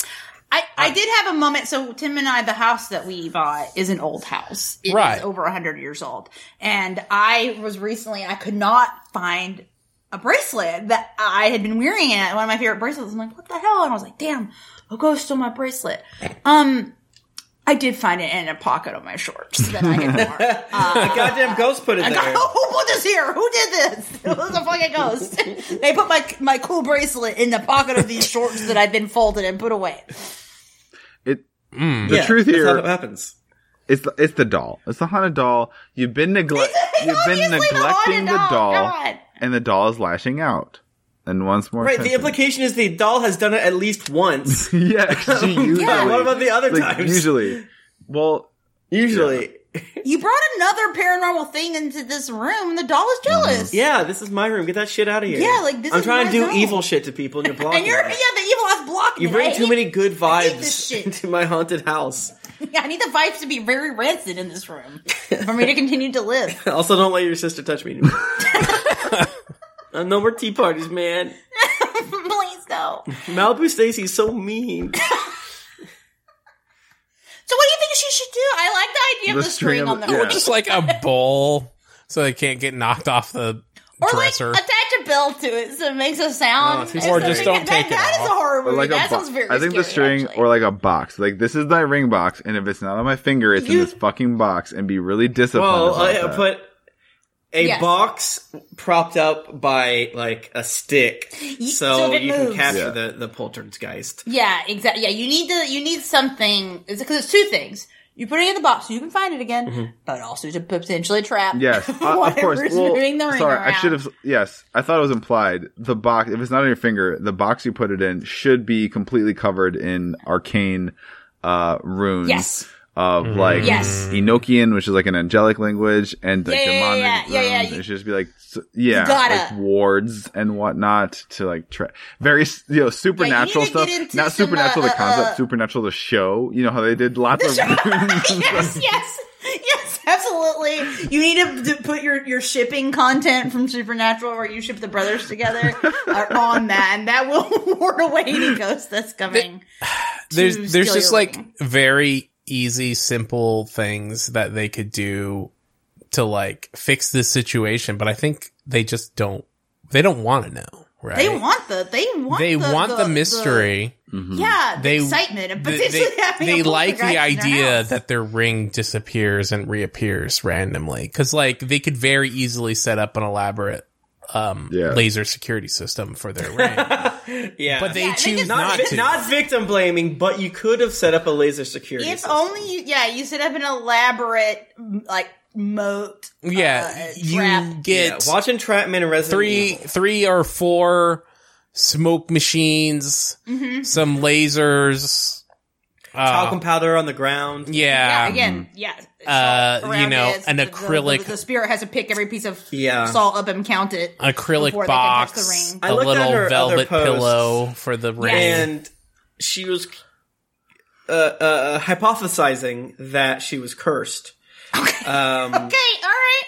I, I did have a moment. So Tim and I, the house that we bought is an old house. It is
Right.
over hundred years old. And I was recently, I could not find a bracelet that I had been wearing it. One of my favorite bracelets. I'm like, what the hell? And I was like, damn, a ghost stole my bracelet. Um, I did find it in a pocket of my shorts that I had worn.
A goddamn ghost put it there.
Who put this here? Who did this? It was a fucking ghost. they put my my cool bracelet in the pocket of these shorts that I'd been folded and put away.
It
The
truth
that's
here-
how it happens.
it's the, it's the doll. It's the haunted doll. You've been neglect. You've been
Obviously the
neglecting
haunted
the
doll.
doll,
God.
and the doll is lashing out. And once more,
Right. The
attention.
implication is the doll has done it at least once.
Yeah, actually, usually.
Yeah, what about the other
Like,
times?
Usually, well,
Usually.
You brought another paranormal thing into this room. The doll is
Mm-hmm.
jealous.
Yeah, this is my room. Get that shit out of here.
Yeah, like, this
I'm
is
trying
my
to do
zone.
evil shit to people in your block.
And you're yeah, the evil ass blocking.
You
it.
bring
I
too
hate-
many good
hate this
vibes
shit.
into my haunted house.
I need the vibes to be very rancid in this room for me to continue to live.
Also, don't let your sister touch me. anymore. Uh, no more tea parties, man.
Please no.
Malibu Stacy's so mean.
So what do you think she should do? I like the idea of
The
the string
string
on the
of-
yeah.
yeah.
just like a bowl, so they can't get knocked off the
Or like
dresser.
attach a bell to it so it makes a sound.
Oh, it's-
or
Or
something.
just
that,
don't take it
That is a
off.
horror
or
movie.
like
that
a
sounds
bo-
very
I think the
scary,
string
actually.
or like a box. Like this is my ring box, and if it's not on my finger, it's
You-
in this fucking box, and be really disciplined.
Well,
about
I
that.
put a
Yes.
box propped up by like a stick, so,
so that it
you can
moves.
capture
Yeah.
the the poltergeist.
Yeah, exactly. Yeah, you need to you need something because it's two things. You put it in the box so you can find it again,
Mm-hmm.
but also to potentially trap.
Yes, uh, of course.
whatever's
Well,
moving the ring
sorry, I
around.
should have. Yes, I thought it was implied. The box, if it's not on your finger, the box you put it in should be completely covered in arcane uh runes.
Yes.
Of like
Yes.
Enochian, which is like an angelic language, and like
Yeah, yeah, yeah,
demonic
yeah, yeah, yeah,
runes.
you-
it should just be like, s- yeah,
gotta.
like wards and whatnot to like tra- very s- you know supernatural
to get
stuff.
into
Not
some,
supernatural
uh,
the concept,
uh,
supernatural the show. You know how they did lots of runes.
yes, yes, yes, absolutely. You need to, d put your, your shipping content from Supernatural, where you ship the brothers together, uh, on that, and that will ward away any ghost that's coming.
there's
to
there's
steal
just
your
like
ring.
very easy simple things that they could do to like fix this situation but i think they just don't they don't want to know right
They want the they want
They
the,
want the, mystery
Mm-hmm.
the- yeah, the
They-
excitement of
They-
potentially
they,
having.
they
a
like the
poltergeist in their
idea
house.
that their ring disappears and reappears randomly because like they could very easily set up an elaborate um,
Yeah.
laser security system for their ring.
Yeah.
but they
Yeah, they
choose
just-
not,
not,
to.
vi- not victim blaming, but you could have set up a laser security.
If
system.
only you, yeah, you set up an elaborate m- like moat.
yeah,
uh,
you
trap.
Yeah,
get
watch Entrapment and Resident
three,
Evil.
three or four smoke machines,
Mhm.
some lasers.
talcum
Uh,
powder on the ground.
Yeah,
yeah,
again, yeah.
Uh,
salt
you know,
around it.
an
The- the-
acrylic-
The, spirit has to pick every piece of
Yeah.
salt up and count it.
acrylic
Before they can touch the
box,
ring.
I
a
looked at her
little
other
velvet
posts.
pillow for the ring.
And she was uh, uh, hypothesizing that she was cursed
Mm-hmm.
um,
Okay, all right.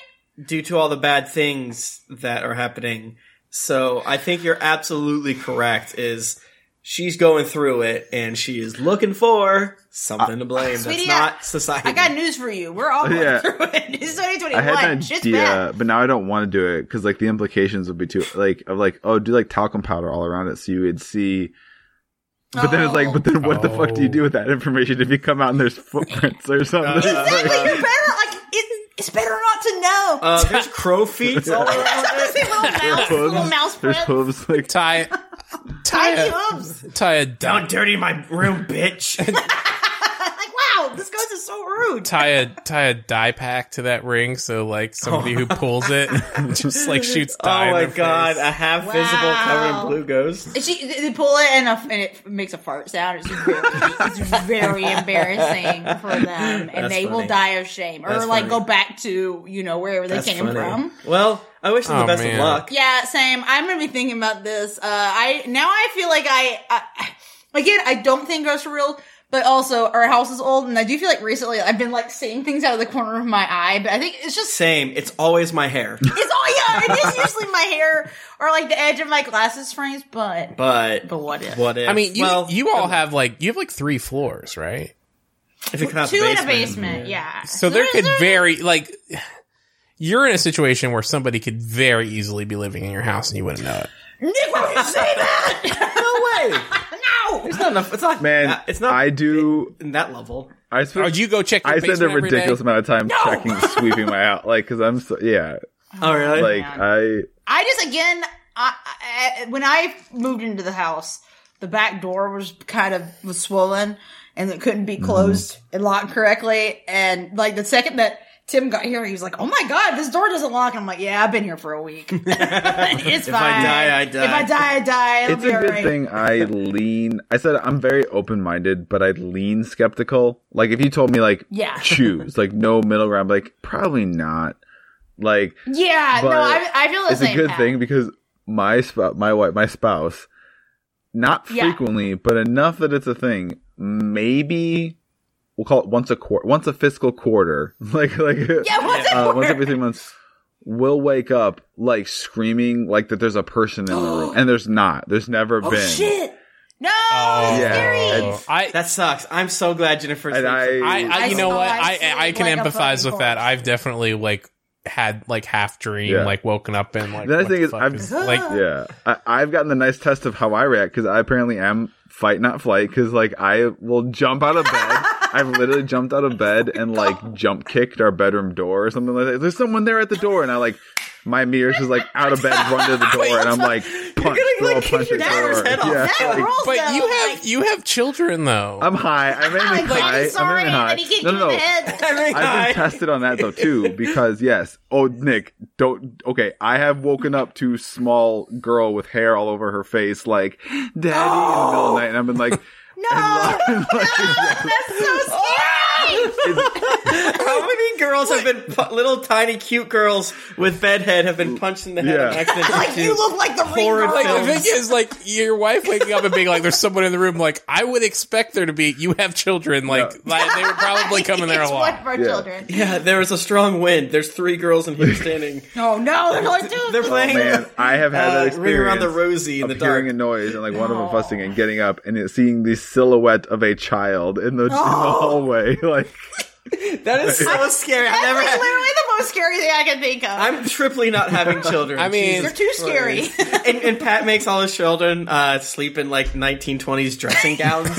due to all the bad things that are happening. So I think you're absolutely correct. Is she's going through it and she is looking for something to blame.
Sweetie,
That's not society.
I got news for you. We're all going
Yeah.
through it. It's 2021.
I had an
Shit's
idea,
bad.
but now I don't want to do it because like the implications would be too like of like oh do like talcum powder all around it so you would see. But then it's
Oh.
like, but then what the fuck do you do with that information if you come out and there's footprints or something?
Exactly. You're better. Like it, it's better not to know.
uh, there's crow feet all around
I was
it.
gonna say little mouse, little mouse
there's
print.
hooves like
tie, tie,
Tiny
a,
hooves.
tie a dot
Don't dirty my room, bitch.
Like wow, this ghost is so rude.
tie a tie a die pack to that ring so like somebody who pulls it just like shoots dye.
Oh
in
my
their
god,
face.
a half visible
Wow.
covered in blue ghost.
And She they pull it and, a, and it makes a fart sound. It's very, it's very embarrassing for them, and
That's
they will
funny.
die of shame or
That's
like
funny.
go back to you know wherever they
That's
came
funny.
from.
Well, I wish them
Oh,
the best
man.
of luck.
Yeah, same. I'm gonna be thinking about this. Uh, I now I feel like I, I again I don't think ghosts are real, but also our house is old, and I do feel like recently I've been like seeing things out of the corner of my eye. But I think it's just
Same. It's always my hair.
it's all yeah. It is usually my hair or like the edge of my glasses frames, but
But
but what if?
what if?
I mean, you
well,
you all have like you have like three floors, right?
if it comes out
Two
the
in a basement, yeah.
So there
there's-
could
there's-
very like you're in a situation where somebody could very easily be living in your house and you wouldn't know it.
Nick, why would you say that?
No way.
no.
It's not enough. It's not.
man.
that- It's not.
I do.
in that level.
I
Or
spent,
do you go check? Your
I spend a
basement every day?
ridiculous amount of time
No!
checking, sweeping my out, like because I'm so yeah,
Oh really?
like
man.
I
I just again, I, I, when I moved into the house, the back door was kind of was swollen and it couldn't
Mm-hmm.
be closed and locked correctly. And like the second that Tim got here, he was like, "Oh my god, this door doesn't lock." And I'm like, "Yeah, I've been here for a week. it's
If I
fine.
die, I die."
If I die, I die. It'll
it's
be
a good
alright."
thing I lean. I said I'm very open minded, but I lean skeptical. Like if you told me like
Yeah.
choose like no middle ground, like probably not. Like
Yeah, no,
But
I, I feel the
it's
same.
a good
Pat.
thing because my spouse, my wife, my spouse, not
Yeah.
frequently, but enough that it's a thing. Maybe we'll call it once a quarter, once a fiscal quarter, like like
Yeah, once a
uh, once
quarter.
every three months. We'll wake up like screaming like that. There's a person in the room, and there's not. There's never
oh
been.
shit!
No,
Oh,
Yeah.
scary.
I
That sucks. I'm so glad Jennifer's.
And I-
I, I you know
Oh,
what
I
I
see,
I, can
like a
empathize
fucking
with that.
corpse.
I've definitely like had like half dream,
Yeah.
like woken up and like.
The other
what
thing
the
is
fuck
I've-
like
yeah I, i've gotten the nice test of how i react because i apparently am fight not flight because like i will jump out of bed i've literally jumped out of bed and like jump kicked our bedroom door or something like that there's someone there at the door and i like my mirror's just like out of bed run to the door and i'm like punch throw a
like,
punch
kick
at
your daughter's
the
head
door
off.
yeah
That rules,
But
though.
you
Like,
have you have children though.
i'm high i'm aiming
Like,
high
I'm sorry,
i'm aiming high
and then he kicked
no
you
no
in
no
the head.
I mean,
I've
I-
been tested on that though too, because yes, oh Nick, don't okay. I have woken up to small girl with hair all over her face, like daddy in the middle of the night, and I've been like,
No,
and, like,
that's so scary.
How many girls have been pu- little tiny cute girls with bedhead have been punched in the head?
Yeah.
on accident
like you
too?
look like the
Horrid
ring girl.
film.
Like, the thing is, like your wife waking up and being like, "There's someone in the room." Like I would expect there to be. You have children. Like, like, they were probably coming there a
It's one
lot.
of our
Yeah.
children.
Yeah, there was a strong wind. There's three girls in here standing.
No, no, there's only two.
They're playing
Oh, man, I have had
uh,
that
Ring
experience
Around the Rosie in the
of
dark.
hearing a noise and like one of them
No.
fussing and getting up and it- seeing the silhouette of a child in the, in the hallway, like
that is so scary. I
That's
never.
like
Had,
literally the most scary thing I can think of.
I'm triply not having children.
I mean-
You're
Jesus
too scary.
Christ. and, and Pat makes all his children uh, sleep in like 1920s dressing gowns.
we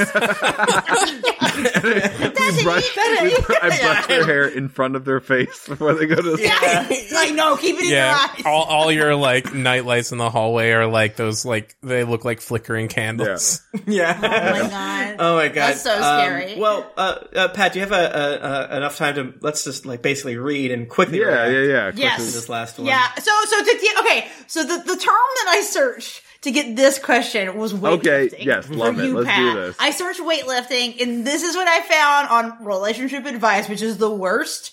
brush,
even-
we br- I brush their hair in front of their face before they go to sleep.
like no, keep it in
Yeah,
your eyes.
all, all your like night lights in the hallway are like those like they look like flickering candles.
yeah.
Oh my god.
Oh my god,
That's so
Um,
scary.
well, uh, uh, Pat, do you have a, a, a, enough time to let's just like basically read and quickly?
Yeah, yeah,
react
yeah.
to
Yes.
This last one.
Yeah. So so to get okay. So the, the term that I searched to get this question was weightlifting.
Okay, yes,
for
love it.
you,
Let's do
Pat.
this.
I searched weightlifting, and this is what I found on relationship advice, which is the worst.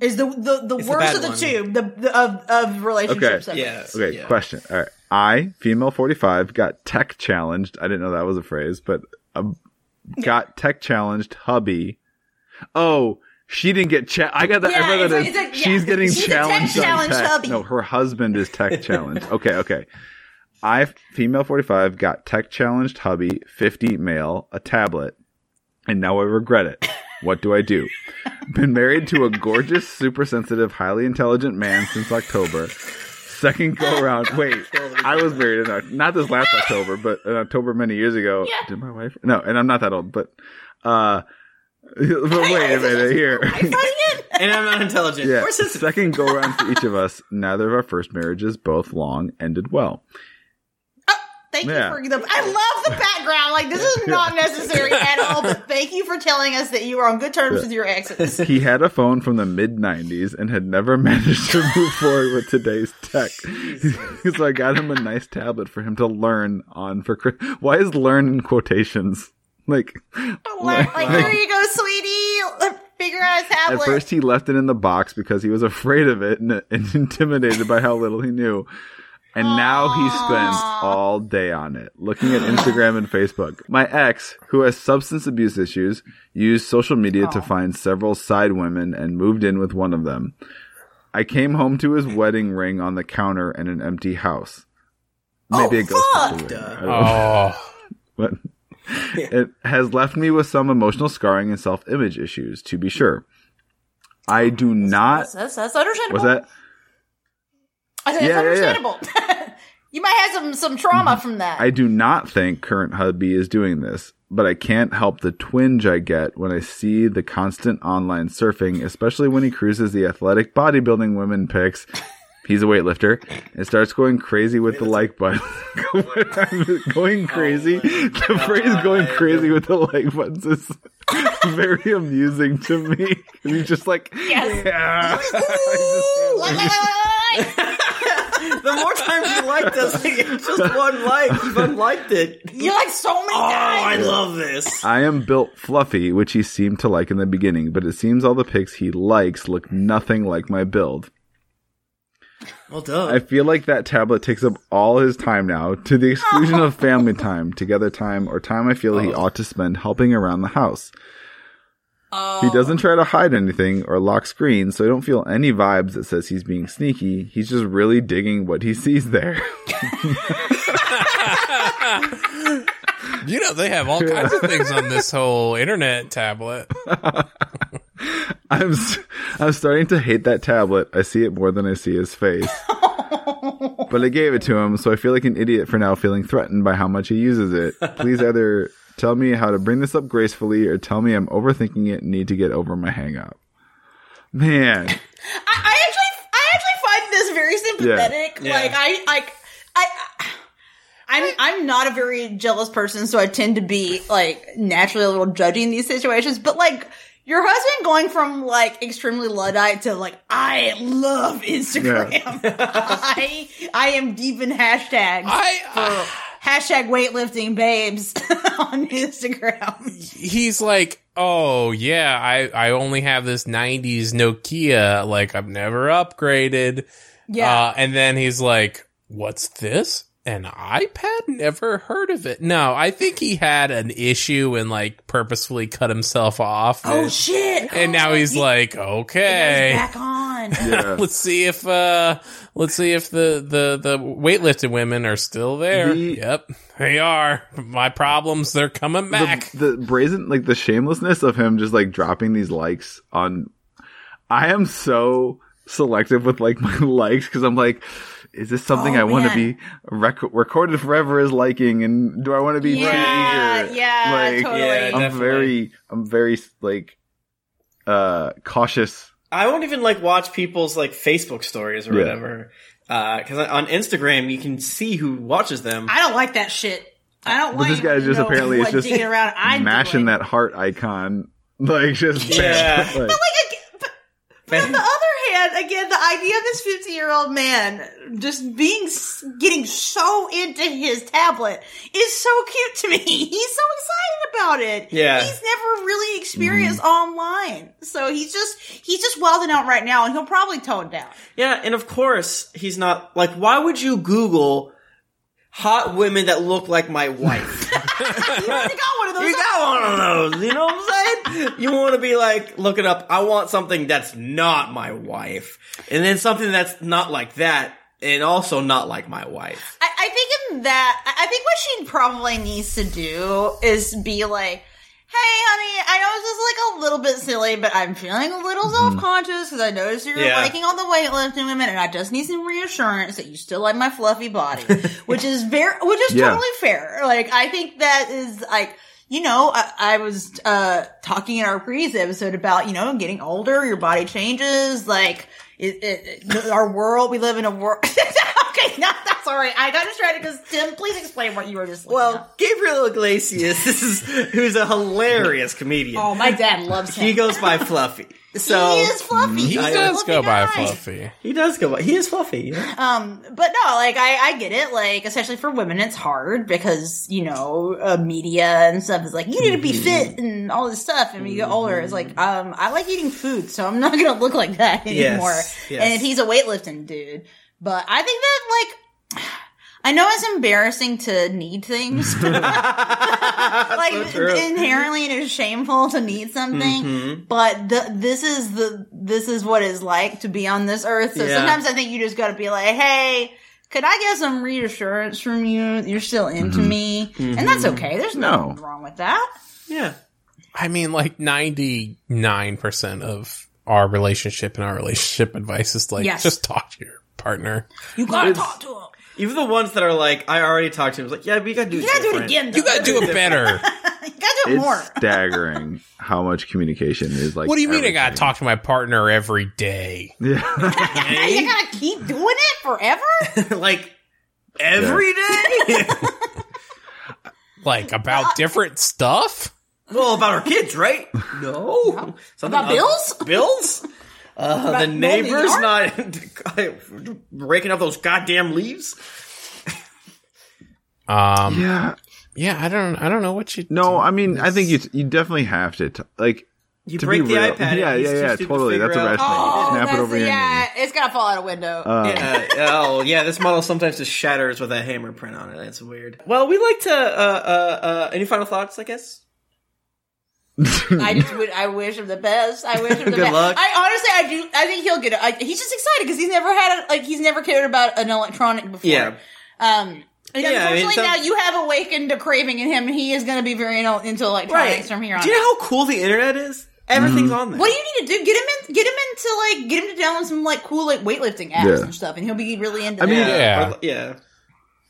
Is the the, the worst
bad
of the
one.
two the, the of of relationships.
Okay.
ever.
Yeah.
Okay,
yeah.
question. All right. I, female 45, got tech challenged. I didn't know that was a phrase, but um, got tech challenged hubby. Oh, she didn't get cha- I got that.
Yeah,
I read that
it's a-
as
it's a- yeah.
she's getting
She's a tech
challenged. on
challenged
tech.
hubby.
No, her husband is tech challenged. Okay, okay. I, female 45, got tech challenged hubby, 50 male, a tablet, and now I regret it. What do I do? Been married to a gorgeous, super sensitive, highly intelligent man since October. Second go around. Wait, I was married in Oc- not this last October, but in October many years ago. Did my wife? No, and I'm not that old, but uh, but wait a minute here.
Am I fighting it?
And I'm not intelligent.
Yeah.
Or sensitive.
Second go around for each of us. Neither of our first marriages, both long, ended well.
Thank
Yeah.
you for the. I love the background. Like this is not necessary at all. But thank you for telling us that you were on good terms with your exes.
He had a phone from the mid 90s and had never managed to move forward with today's tech. so I got him a nice tablet for him to learn on for Chris- Why is learn in quotations? Like,
Like, like here you go, sweetie. Figure out a
at
tablet.
first he left it in the box because he was afraid of it and, and intimidated by how little he knew. And now he spends all day on it, looking at Instagram and Facebook. My ex, who has substance abuse issues, used social media to find several side women and moved in with one of them. I came home to his wedding ring on the counter and an empty house. Maybe
Oh,
it goes
fuck!
to the ring. I don't know
Oh,
but it has left me with some emotional scarring and self-image issues to be sure i do not
That's, that's, that's understandable.
was that
I said, it's
Yeah, yeah, yeah.
understandable. you might have some some trauma from that.
i do not think current hubby is doing this but i can't help the twinge i get when i see the constant online surfing especially when he cruises the athletic bodybuilding women pics He's a weightlifter and starts going crazy with the like button. going crazy. the phrase going crazy with the like buttons is very amusing to me. He's just like,
Yes.
yeah.
Like, like, like, like, like.
the more times you like this, like, it's just one like. You've unliked it.
You're like so many
Oh, I
guys.
love this.
I am built fluffy, which he seemed to like in the beginning, but it seems all the pics he likes look nothing like my build.
Well done.
I feel like that tablet takes up all his time now, to the exclusion of family time, together time, or time I feel he ought to spend helping around the house. He doesn't try to hide anything or lock screens, so I don't feel any vibes that says he's being sneaky. He's just really digging what he sees there.
you know they have all kinds of things on this whole internet tablet.
I'm, s- I'm starting to hate that tablet. I see it more than I see his face. but I gave it to him, so I feel like an idiot for now feeling threatened by how much he uses it. Please either tell me how to bring this up gracefully or tell me I'm overthinking it and need to get over my hang up.
I,
Man,
I actually I actually find this very sympathetic.
Yeah.
Like
Yeah.
I like I. I I'm, I'm not a very jealous person, so I tend to be like naturally a little judgy in these situations. But like your husband going from like extremely luddite to like I love Instagram, I I am deep in hashtags,
I
hashtag weightlifting babes on Instagram.
he's like, oh yeah, I I only have this '90s Nokia. Like I've never upgraded.
Yeah,
Uh, and then he's like, what's this? An iPad? Never heard of it. No, I think he had an issue and like purposefully cut himself off.
oh
and,
shit! Oh,
and now he's like,
He's
okay.
back on.
yeah.
Let's see if uh let's see if the the the weightlifted women are still there.
The-
yep. They are. My problems they're coming back.
the, the brazen like the shamelessness of him just like dropping these likes on i am so selective with like my likes because i'm like is this something
Oh,
I want to
man.
be rec- recorded forever as liking, and do I want to be
yeah,
too eager?
yeah,
Like,
totally.
yeah,
I'm
Definitely.
very, I'm very like uh cautious.
I won't even like watch people's like Facebook stories or
Yeah.
whatever. Because on Instagram, you can see who watches them.
I don't like that shit. I don't.
But
want
this
you to
guy is just
know
apparently is
what
just
digging around. I'm
mashing
doing.
that heart icon, like just
Yeah.
Like,
like,
ag- but, but on the other hand, again, the idea of this fifty-year-old man just being s- getting so into his tablet is so cute to me. He's so excited about it.
Yeah. Mm-hmm.
he's never really experienced online, so he's just he's just welding out right now, and he'll probably tone down.
yeah, and of course he's not like. Why would you Google hot women that look like my wife?
He already got one of those.
you got one of those. You know what I'm saying? You want to be like, look it up. I want something that's not my wife, and then something that's not like that, and also not like my wife.
I, I think in that, I I think what she probably needs to do is be like, "Hey, honey, I know this is like a little bit silly, but I'm feeling a little self-conscious because I noticed you're
Mm-hmm. Yeah.
liking all the weightlifting women, and I just need some reassurance that you still like my fluffy body, which is very, which is
Yeah.
totally fair. Like, I think that is like." You know, I, I was uh talking in our previous episode about you know getting older, your body changes, like it, it, it- our world. We live in a world. okay, no, that's all right. I got distracted because Tim, please explain what you were just. looking at.
Well, Gabriel Iglesias, this is who's a hilarious comedian.
oh, my dad loves him.
He goes by Fluffy. So
he is fluffy.
He
He's a
does
fluffy
go
guy.
by Fluffy.
He does go by. He is Fluffy. yeah.
Um, but no, like I, I get it. Like especially for women, it's hard because you know uh, media and stuff is like you need to
Mm-hmm.
be fit and all this stuff. And when you get older, it's like um, I like eating food, so I'm not gonna look like that
Yes,
anymore.
yes.
And if he's a weightlifting dude, but I think that like. I know it's embarrassing to need things, like
So true. Mm-hmm.
inherently it is shameful to need something but th- this is the this is what it's like to be on this earth so
Yeah.
sometimes i think you just gotta be like hey could i get some reassurance from you that you're still into me and that's okay there's
No.
nothing wrong with that
yeah.
I mean, like 99% of our relationship and our relationship advice is like,
Yes.
just talk to your partner.
you gotta talk to him
Even the ones that are like, I already talked to him. I was like, yeah, we gotta do.
you gotta do it
different.
again
You gotta do it better.
though. you gotta do it
it's
more
staggering how much communication is like.
what do you mean I gotta
everything.
talk to my partner every day?
Yeah.
you gotta keep doing it forever
like every day.
Like, about different stuff?
well, about our kids, right? No. Something
About bills?
Bills. Uh, the
mowing
neighbors
the
not raking up those goddamn leaves.
Um,
yeah.
yeah, I don't, I don't know what you.
No, I mean, I think you you definitely have to t- like
You
to
break
be
the
real.
iPad.
Yeah,
he's
yeah,
too
yeah.
stupid to
Totally.
figure
That's the
out-
rational.
oh
Snap it
that's
over your
yeah it's gotta fall out a window
uh,
Yeah, oh yeah, this model sometimes just shatters with a hammer print on it. That's weird. Well, we like to. Uh, uh, uh, any final thoughts? I guess.
I just would. I wish him the best. I wish him the
Good
best.
luck.
I honestly, I do. I think he'll get it. I, he's just excited because he's never had a, like he's never cared about an electronic before.
Yeah.
Um. And
Yeah, I mean,
unfortunately,
some-
now you have awakened a craving in him, and he is going to be very in- into electronics from here on.
Do you
out.
know how cool the internet is? Everything's on there.
What do you need to do? Get him in. Get him into like get him to download some like cool like weightlifting apps
Yeah.
and stuff, and he'll be really into.
I mean,
that.
Yeah.
or- yeah.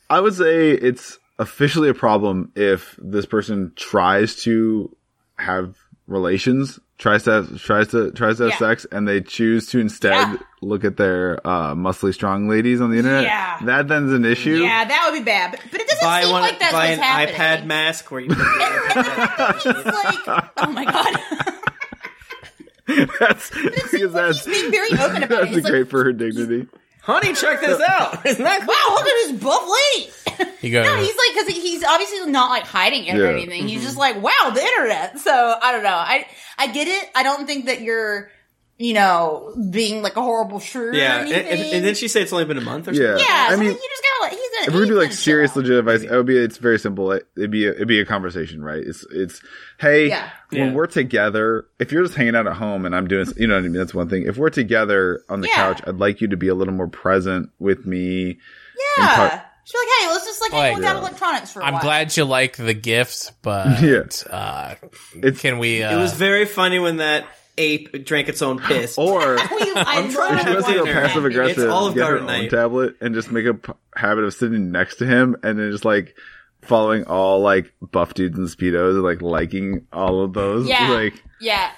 I would say it's officially a problem if this person tries to have relations, tries to have, tries to tries to have
Yeah.
sex, and they choose to instead
Yeah.
look at their uh, muscly strong ladies on the internet.
Yeah.
That then's an issue.
yeah, that would be bad. But, but it doesn't
Buy
seem
one.
like that's
buy
what's
an
happening.
iPad mask where you. Put
It's like, oh my god,
that's because that's
being very open about it.
that's
He's like,
great for her dignity.
Honey, check this out. Isn't that cool?
wow, look at this buff lady.
You go.
No, he's like because he's obviously not like hiding it or
Yeah.
anything. He's just
Mm-hmm.
like, wow, the internet. So I don't know. I I get it. I don't think that you're, you know, being like a horrible shrew.
Yeah,
or
and,
anything.
and, and then she said it's only been a month or
Yeah.
something.
yeah,
I
so
mean,
you just gotta. Like, he's gonna,
if we were
he's
to do like
gonna chill
serious
out.
legit advice, it would be it's very simple. It, it'd be a, it'd be a conversation, right? It's it's hey,
Yeah.
when
Yeah.
we're together, if you're just hanging out at home and I'm doing, you know what I mean, that's one thing. If we're together on the
Yeah.
couch, I'd like you to be a little more present with me.
Yeah.
part-
She's like, hey, let's just like hang
Like, uh,
without
yeah.
electronics for a
I'm
while.
glad you like the gift, but
Yeah.
uh,
It's-
can we? Uh,
It was very funny when that ape drank its own piss.
Or
I'm
trying
You
to
should just go
Wagner.
passive aggressive,
It's all of
get her
Garden
own
Knight.
tablet, and just make a p- habit of sitting next to him, and then just like following all like buff dudes and speedos, and like liking all of those.
Yeah.
Like
Yeah.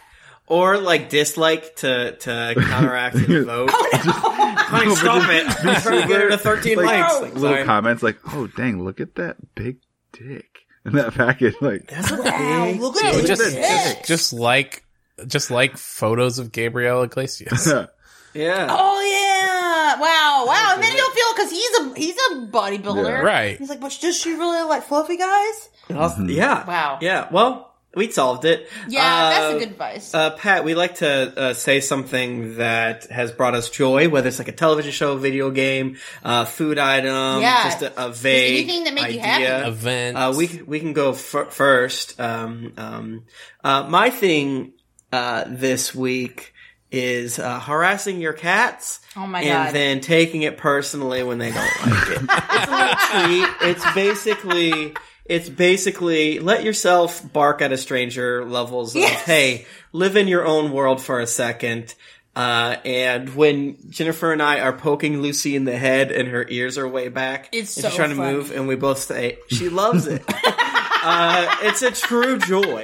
or like dislike to to counteract the vote.
Oh,
Honey, stop it! I'm trying to get her to 13
like,
likes. Like,
little
sorry.
comments like, "Oh dang, look at that big dick in that package." Like,
That's a
Wow,
big
look
deal.
at
But just,
Even
just, just like, just like photos of Gabriel Iglesias.
yeah.
Oh yeah! Wow, wow. And then he'll feel because he's a he's a bodybuilder,
Yeah.
Right.
He's like, but does she really like fluffy guys?
Awesome.
Mhm. Mm-hmm.
Yeah.
Wow.
Yeah. Well, we solved it.
Yeah,
Uh,
that's a good advice.
Uh, Pat, we like to uh, say something that has brought us joy, whether it's like a television show, video game, uh, food item,
Yeah.
just a, a vague
anything that make
idea.
you happy.
Event.
Uh, we we can go fir- first. Um, um, uh, my thing uh, this week is uh, harassing your cats.
Oh my
and
God.
then taking it personally when they don't like it. it's a little treat. It's basically. It's basically let yourself bark at a stranger levels of hey, live in your own world for a second. Uh, and when Jennifer and I are poking Lucy in the head and her ears are way back,
It's
and
so
she's trying
funny.
to move, and we both say she loves it. uh, it's a true joy.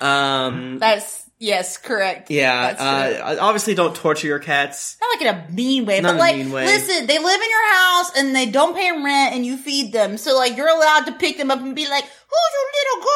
Um,
that's yes, correct.
yeah,
That's true.
uh, obviously don't torture your cats.
Not like in a mean way,
Not
but
a
like,
mean way.
listen, they live in your house and they don't pay rent, and you feed them, so like you're allowed to pick them up and be like, "Who's your little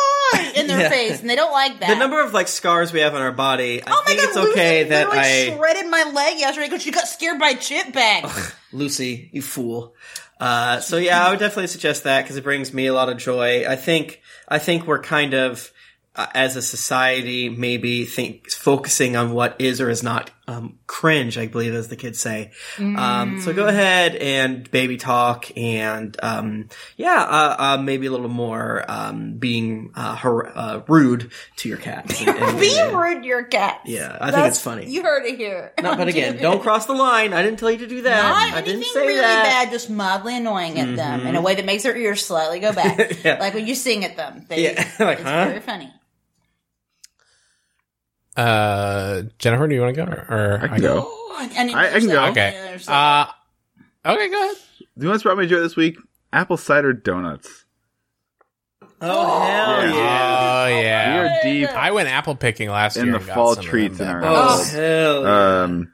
guy?" in their
Yeah.
face, and they don't like that.
The number of like scars we have on our body, I
Oh my
think
god,
it's okay
Lucy
that
literally
I
shredded my leg yesterday because she got scared by chip bags.
Lucy, you fool. Uh, so yeah, I would definitely suggest that because it brings me a lot of joy. I think I think we're kind of uh, as a society maybe think focusing on what is or is not um, cringe. I believe as the kids say. Um, so
Mm.
go ahead and baby talk and um, yeah, uh, uh, maybe a little more um, being uh, har- uh, rude to your cat. And- and-
Be
and-
rude to your cats.
Yeah, I think
That's-
it's funny.
You heard it here.
No, but again, don't cross the line. I didn't tell you to do that.
Not
I
anything
didn't say
really
that.
bad, just mildly annoying at them in a way that makes their ears slightly go back.
Yeah.
Like when you sing at them. They,
Yeah. Like,
it's
huh?
very funny.
Uh, Jennifer, do you want to go? Or, or
I can go.
Oh, and
I- I can go.
Okay. Uh, okay, go ahead.
you know what's brought me joy this week? Apple cider donuts.
Oh, hell
Yeah.
yeah.
Oh,
We
yeah.
are deep
I went apple picking last
In
year.
the
and got
fall
some of
treats
them.
in our
Oh,
household.
hell yeah.
Um,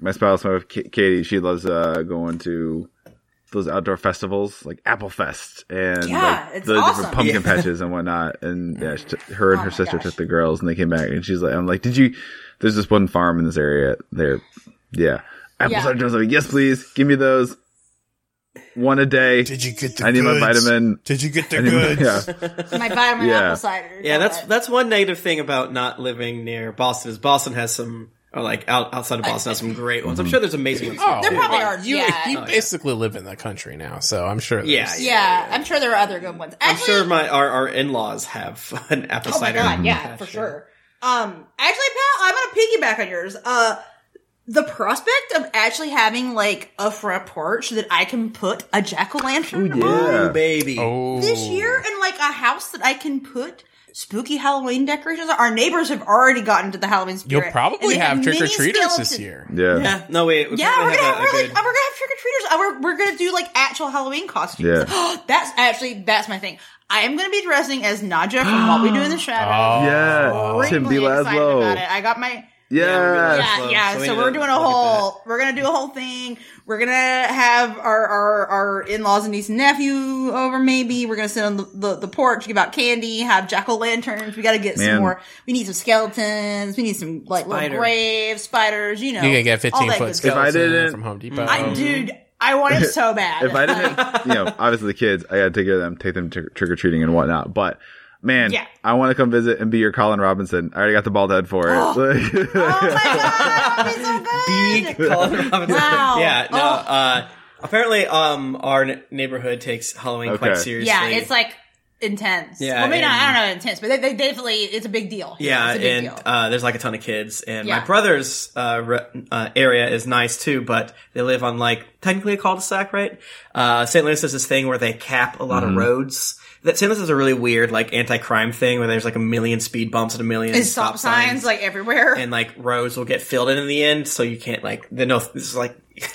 my spouse, my wife, Ka- Katie, she loves uh, going to those outdoor festivals like Apple Fest and
Yeah,
like,
it's
the
awesome.
different pumpkin patches and whatnot. And yeah, she took- her and
Oh
her
my
sister
gosh.
took the girls and they came back and she's like, I'm like, did you? There's this one farm in this area. There, yeah, Apple
Yeah.
cider donuts. I'm like, yes, please, give me those. One a day.
Did you get the
I need my
goods?
vitamin.
Did you get the
I need my,
goods?
yeah.
my vitamin
Yeah.
apple cider.
yeah, that's that's one negative thing about not living near Boston is Boston has some or like out, outside of Boston has some great ones. I'm sure there's amazing ones.
Oh,
There probably
yeah.
are,
You,
yeah.
you
Oh, yeah.
basically live in the country now, so I'm sure.
Yeah,
there's-
yeah, I'm sure there are other good ones.
I'm
Actually,
sure my our, our in laws have an apple
Oh my
cider.
god, yeah, for
patch,
sure. Um, actually, Pat, I'm gonna piggyback on yours. Uh, the prospect of actually having like a front porch that I can put a jack o' lantern
Ooh,
on
Yeah.
Ooh, baby.
Oh.
this year, and like a house that I can put spooky Halloween decorations. on. Our neighbors have already gotten to the Halloween spirit.
You'll
and
probably
they
have trick or
mini
treaters this
skeleton-
year.
Yeah.
Yeah, no wait. we
Yeah, we're
probably
gonna have,
a- a
really,
good-
uh, we're gonna have trick or treaters. Uh, We're, we're gonna do like actual Halloween costumes. that's actually that's my thing. I am gonna be dressing as Naja from What We Do in the
Oh.
Shadows.
Yeah. Tim B.
Extremely excited about
Laszlo.
it. I got my
Yeah.
Yeah.
yeah,
Slow.
yeah.
So
So,
we need
we're
to
doing a
look at
whole. We're gonna do a whole thing. We're gonna have our our, our in laws and niece and nephew over. Maybe we're gonna sit on the, the, the porch, give out candy, have jack o' lanterns. We gotta get some
Man.
more. We need some skeletons. We need some like little
Spider.
graves, spiders. You know,
You can get
all
15
that
foot
good stuff.
I
skeleton
didn't-
from Home Depot.
I, dude, I want it so bad.
if I didn't, you know, obviously the kids, I gotta take care of them, take them trick or treating and whatnot. But man,
Yeah.
I want to come visit and be your Colin Robinson. I already got the bald head for it.
oh
Like-
my god, that would be so good.
Big Colin Robinson.
Wow.
Yeah, no.
Oh.
Uh, apparently, um, our n- neighborhood takes Halloween
Okay.
quite seriously.
yeah, it's like intense.
Yeah,
well, maybe not. I
and-
don't know intense, but they, they definitely it's a big deal. here.
Yeah,
it's a big
and
deal.
uh, there's like a ton of kids, and
Yeah.
my brother's uh, re- uh, area is nice too, but they live on like technically a cul-de-sac, right? Uh, St. Louis has this thing where they cap a lot of roads. That St. Louis is a really weird like anti-crime thing where there's like a million speed bumps and a million
And
stop, signs,
like everywhere.
and like roads will get filled in in the end, so you can't like the no, this is like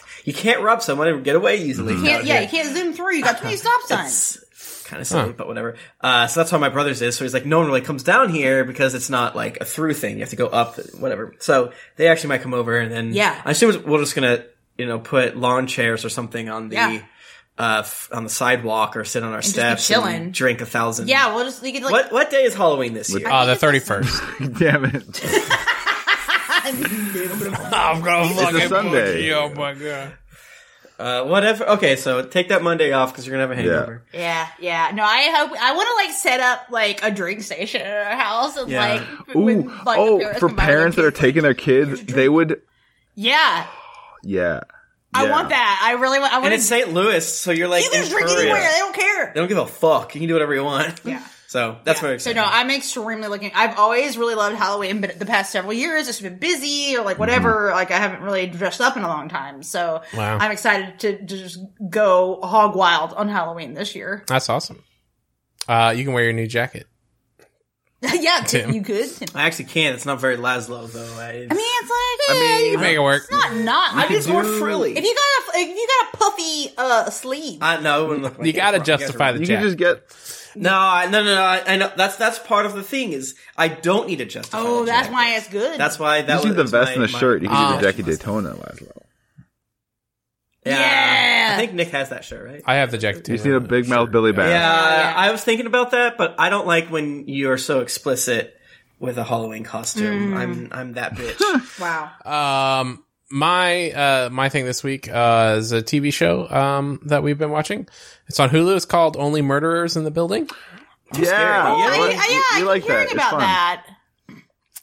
you can't rub someone and get away easily.
You can't, yeah, you can't zoom through. You got twenty stop signs.
Kind of silly, but whatever. Uh, so that's why my brother's is. So he's like, no one really comes down here because it's not like a through thing. You have to go up, whatever. So they actually might come over and then.
Yeah.
I assume we're just gonna, you know, put lawn chairs or something on the,
Yeah.
uh, f- on the sidewalk or sit on our
just be
steps
chilling.
and drink a thousand.
Yeah, we'll just you could like
What what day is Halloween this year?
Oh, the thirty first.
Damn it.
I'm gonna fucking
fucking Sunday. punch you,
Oh my god.
Uh, whatever. Okay, so take that Monday off because you're gonna have a
Yeah.
hangover.
Yeah, yeah. No, I hope I want to like set up like a drink station at our house and
Yeah.
like
Ooh,
when, like, the
oh,
parents
for
come by with
parents that
their
are
kids.
taking their kids, they would.
yeah,
Yeah.
I
Yeah.
want that. I really want. I
And
want
it's
to.
St. Louis, so you're like
You can drink
encouraged.
anywhere. They don't care.
They don't give a fuck. You can do whatever you want.
Yeah.
So that's very
So
exciting.
no, I'm extremely looking. I've always really loved Halloween, but the past several years, it's been busy or
Mm-hmm.
like whatever. Like I haven't really dressed up in a long time, so
Wow.
I'm excited to, to just go hog wild on Halloween this year.
That's awesome. Uh, you can wear your new jacket.
yeah,
Tim.
you could. Tim.
I actually can't. It's not very Laszlo though. I,
I mean, it's like eh,
mean,
you-
Make it work.
it's not not. I
I
mean,
it's more frilly.
if you got a if you got a puffy uh sleeve,
I no, it wouldn't look like
You
it.
gotta
guys are
justify
wrong.
the
You can
jacket.
just get.
No, I, no, no, no. I, I know that's that's part of the thing is I don't need to justify.
oh,
the
that's
jacket.
why it's good.
That's why that
You see
was
the vest
my-
and the
my- Oh.
shirt. You can do the
Ah.
Jackie Daytona last well.
Yeah.
Yeah.
I think Nick has that shirt, right?
I have the jacket too.
You see the big mouth Billy
yeah,
Bass.
Yeah.
I was thinking about that, but I don't like when you're so explicit with a Halloween costume.
Mm.
I'm I'm that bitch.
wow.
Um, my uh, my thing this week uh, is a TV show um that we've been watching. It's on Hulu. It's called Only Murderers in the Building.
Yeah,
Oh,
I,
you know
I,
what?
yeah, I
you
keep
like
hearing
that. It's
about
fun.
that.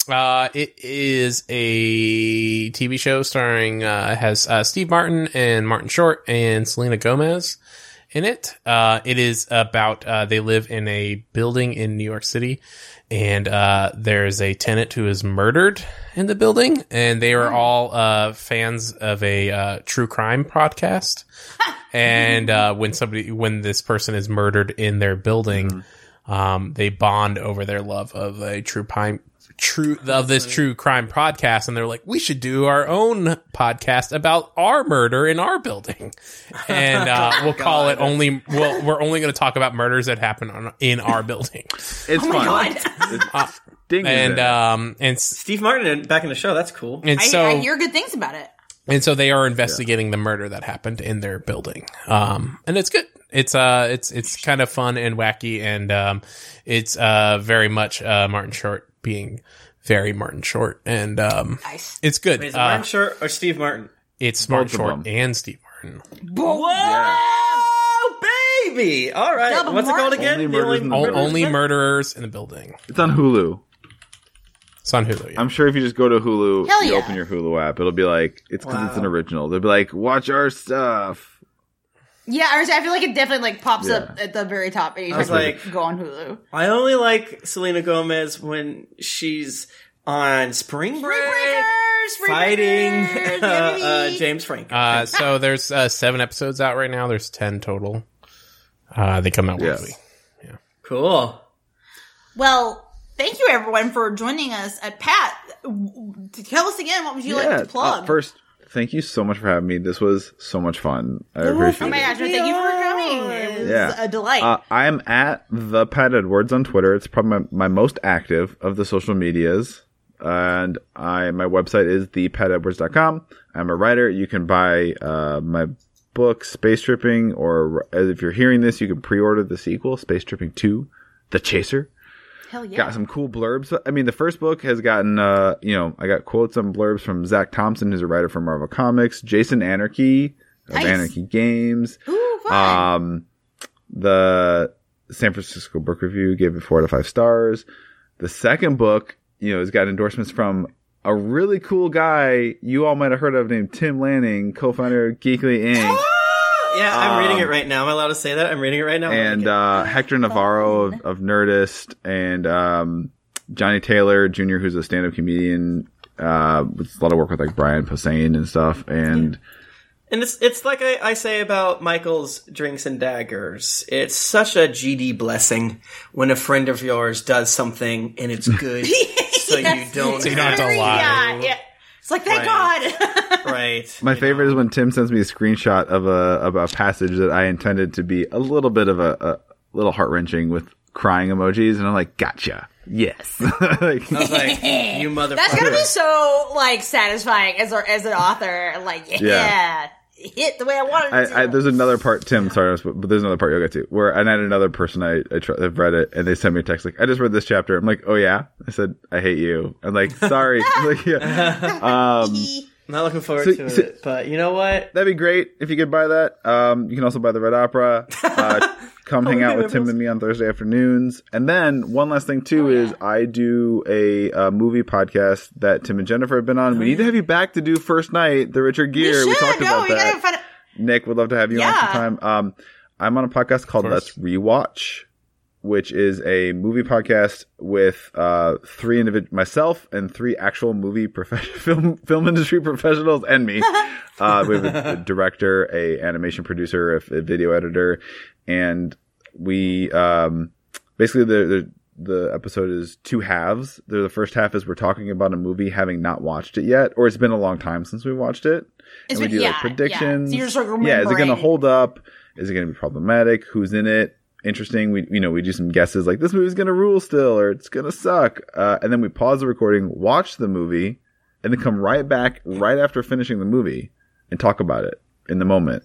Uh, it is a TV show starring uh, has uh, Steve Martin and Martin Short and Selena Gomez in it. Uh, it is about uh, they live in a building in New York City, and uh, there is a tenant who is murdered in the building, and they are all uh, fans of a uh, true crime podcast. and uh, when somebody when this person is murdered in their building. Um, they bond over their love of a true crime, true of this true crime podcast, and they're like, we should do our own podcast about our murder in our building, and uh, we'll call it only. Well, we're only going to talk about murders that happen on, in our building,
Oh
It's fun.
Uh,
Ding
and um, and s-
Steve Martin in- back in the show. That's cool.
and
I,
so
I hear good things about it.
and so they are investigating the murder that happened in their building um and it's good it's uh it's it's kind of fun and wacky and um it's uh very much uh martin short being very martin short and um
Nice.
it's good
Wait, is it
Uh,
Martin Short or Steve Martin?
it's martin
Both of
short
them.
and steve martin
Whoa, Oh, baby! All right,
Double
what's it called
Martin.
again?
Only
The
murders in the
O-
Murderers.
only murderers in the building
it's on Hulu.
it's on hulu yeah.
I'm sure if you just go to Hulu,
Hell
you
yeah.
open your Hulu app, it'll be like it's because it's an
Wow.
original. They'll be like, watch our stuff.
Yeah, I was- I feel like it definitely like pops
Yeah.
up at the very top. And you
I was
like,
like-
go on Hulu.
I only like Selena Gomez when she's on Spring Break,
Breakers, Spring
fighting
Breakers,
uh,
yeah,
uh,
baby.
James Franco.
uh so there's uh seven episodes out right now there's 10 total uh they come out
Yes.
weekly
cool.
Well, thank you everyone for joining us. Uh, Pat, w- w- tell us again what would you like to plug?
uh, first, thank you so much for having me. This was so much fun. I
oh
appreciate
my
it.
gosh, no, thank you for coming. It was
Yeah.
a delight.
Uh, I'm at the Pat Edwards on Twitter. It's probably my, my most active of the social medias. And I my website is thepatedwards.com. I'm a writer. You can buy uh, my book, Space Tripping, or uh, if you're hearing this, you can pre order the sequel, Space Tripping 2, The Chaser.
Hell yeah.
Got some cool blurbs. I mean, the first book has gotten, uh, you know, I got quotes and blurbs from Zach Thompson, who's a writer for Marvel Comics, Jason Anarchy of
Nice.
Anarchy Games,
Ooh, fun.
um, the San Francisco Book Review gave it four out of five stars. The second book, you know, has got endorsements from a really cool guy you all might have heard of named Tim Lanning, co-founder of Geekly Inc.
Yeah, I'm reading it right now. Am I allowed to say that? I'm reading it right now. I like
Um, and
it.
uh, Hector Navarro of, of Nerdist and um, Johnny Taylor Jr., who's a stand-up comedian uh, with a lot of work with like Brian Posehn and stuff. And
And it's it's like I, I say about Michael's drinks and daggers. It's such a GD blessing when a friend of yours does something and it's good, so you don't.
So you don't have to
have-
lie.
Yeah, yeah. It's like thank
Right.
God.
Right.
my favorite is when Tim sends me a screenshot of a of a passage that I intended to be a little bit of a, a little heart wrenching with crying emojis, and I'm like, gotcha, yes. like,
I was like, you motherfucker.
That's gonna be so like satisfying as a, as an author. Like yeah,
Yeah.
it hit the way I wanted it to.
I, I, there's another part, Tim. Sorry, but there's another part you'll get to where and I had another person I I tr- I've read it and they sent me a text like I just read this chapter. I'm like, oh yeah. I said I hate you. I'm like, sorry. I'm like, yeah. Um,
Not looking forward
So-
to
so-
it, but you know what?
that'd be great if you could buy that. Um, you can also buy the Red Opera. Uh,
Oh,
come hang out with Tim and me on Thursday afternoons. And then one last thing
Oh,
too is I do a, uh movie podcast that Tim and Jennifer have been on. we need to have you back to do first night the Richard Gere.
You
we
should,
talked
no,
about
Oh, we
that.
gotta find out-
Nick, would love to have you on
Yeah.
sometime. Um, I'm on a podcast called
course.
Let's Rewatch, which is a movie podcast with uh, three individuals, myself and three actual movie prof- film film industry professionals, and me. uh, we have a, a director, a animation producer, a, f- a video editor, and we um, basically the. the the episode is two halves. The the first half is we're talking about a movie having not watched it yet, or it's been a long time since we watched it.
It's
And we
been-
do
yeah,
like predictions.
yeah. So you're just, like,
Yeah, is it going to
remembering.
hold up? Is it going to be problematic? Who's in it? Interesting. We you know we do some guesses like this movie's going to rule still or it's going to suck, uh, and then we pause the recording, watch the movie, and then come right back right after finishing the movie and talk about it in the moment.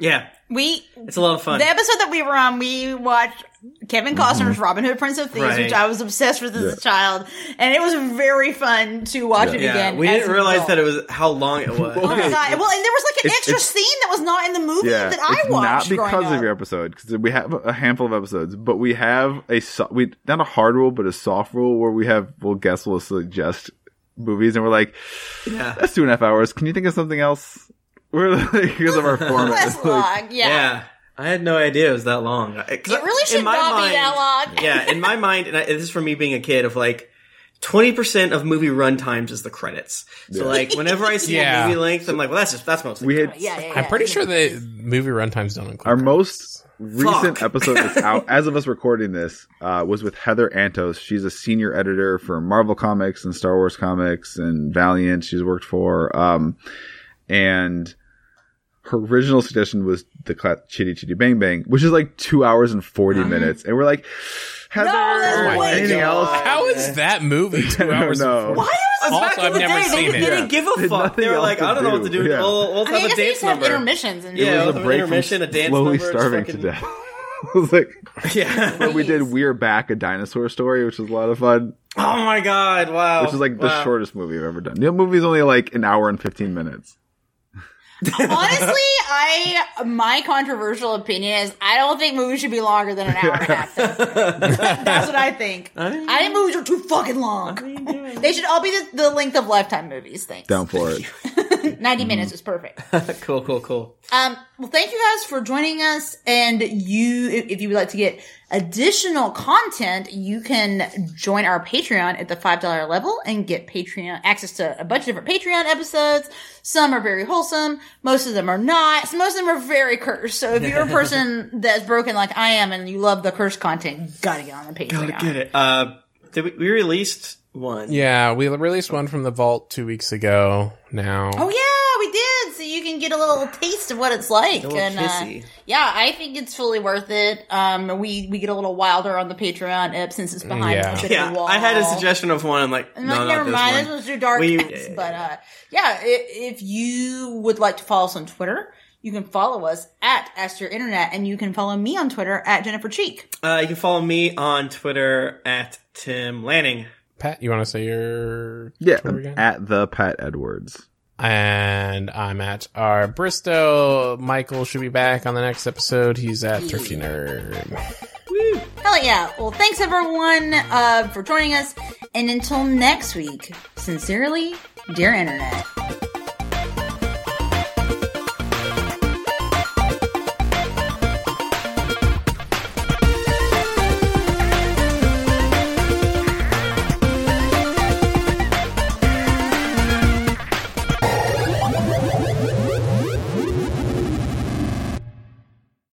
Yeah,
we
it's a lot of fun. Mm-hmm.
the episode that we were on, we watched Kevin Costner's Robin Hood Prince of Thieves,
Right.
which I was obsessed with as
Yeah.
a child, and it was very fun to watch it
yeah,
again.
we
as
didn't
an
realize
adult.
that it was how long it was.
Oh my god! Well, and there was like an
It's-
extra
it's-
scene that was not in the movie
Yeah,
that I
it's
watched.
not because
growing
of
up.
your episode because we have a handful of episodes, but we have a so- we not a hard rule but a soft rule where we have we'll guess we'll suggest movies and we're like,
Yeah.
that's two and a half hours. Can you think of something else? We're like because of our
That's
format. Like,
long, yeah.
Yeah, I had no idea it was that long. It
It really should not be that long.
yeah, in my mind, and I, this is from me being a kid, of like twenty percent of movie run times is the credits.
Yeah.
So like whenever I see
Yeah.
a movie length, I'm like, well, that's just that's mostly.
we had
Yeah, yeah, yeah.
I'm pretty sure the movie runtimes don't include
our most recent
Fuck.
episode that's out as of us recording this uh, was with Heather Antos. She's a senior editor for Marvel Comics and Star Wars Comics and Valiant. She's worked for um, and her original suggestion was the cla- Chitty Chitty Bang Bang, which is like two hours and 40 minutes, and we're like, Heather,
that's
Oh my
anything
God.
else?
How is that movie two
I don't
hours? and
know.
40?
Why
Also,
Also, I've never seen
they,
it.
didn't give a
There's
fuck.
nothing
They were
else
like,
to
I don't know what to
do.
do.
Yeah.
We'll, we'll
I
have
mean, I
a
guess they
dance
used to have
number.
intermissions. And
Yeah.
It was
Well,
a break from
intermission, a dance
slowly
number, it's
starving to
fucking-
death. I was like,
Yeah.
we did We're Back, a dinosaur story, which was a lot of fun.
Oh my god! Wow.
which is like the
Wow.
shortest movie I've ever done. The movie's only like an hour and fifteen minutes.
Honestly, I my controversial opinion is I don't think movies should be longer than an hour and a half. That's what I think. I think movies are too fucking long. They should all be the, the length of lifetime movies. Thanks.
Down for it.
Ninety minutes is perfect.
Cool, cool, cool.
Um, well, thank you guys for joining us. And you, if if you would like to get additional content, you can join our Patreon at the $5 level and get Patreon access to a bunch of different Patreon episodes. Some are very wholesome. Most of them are not. So most of them are very cursed. So if you're a person that's broken like I am and you love the cursed content, you gotta get on the Patreon.
Get it. Uh, did we, we released one?
Yeah, we released one from the vault two weeks ago. Now,
Oh yeah, we did. So you can get a little taste of what it's like.
little
and
kissy.
Uh, yeah, I think it's fully worth it. Um, we we get a little wilder on the Patreon app since it's behind
Yeah.
a bit of
Mm, Yeah,
a wall.
I had a suggestion of one. I'm like,
I'm
no,
like,
not
never
this
mind.
one.
This one's too dark.
We-
but uh, yeah, i- if you would like to follow us on Twitter, you can follow us at Ask Your Internet, and you can follow me on Twitter at Jennifer Cheek.
Uh, you can follow me on Twitter at Tim Lanning.
Pat, you want to say your
Yeah,
Twitter again?
at the Pat Edwards.
and I'm at our Bristow. Michael should be back on the next episode. He's at Turkey Nerd.
Hell yeah! Well, thanks everyone uh, for joining us, and until next week, sincerely, dear Internet.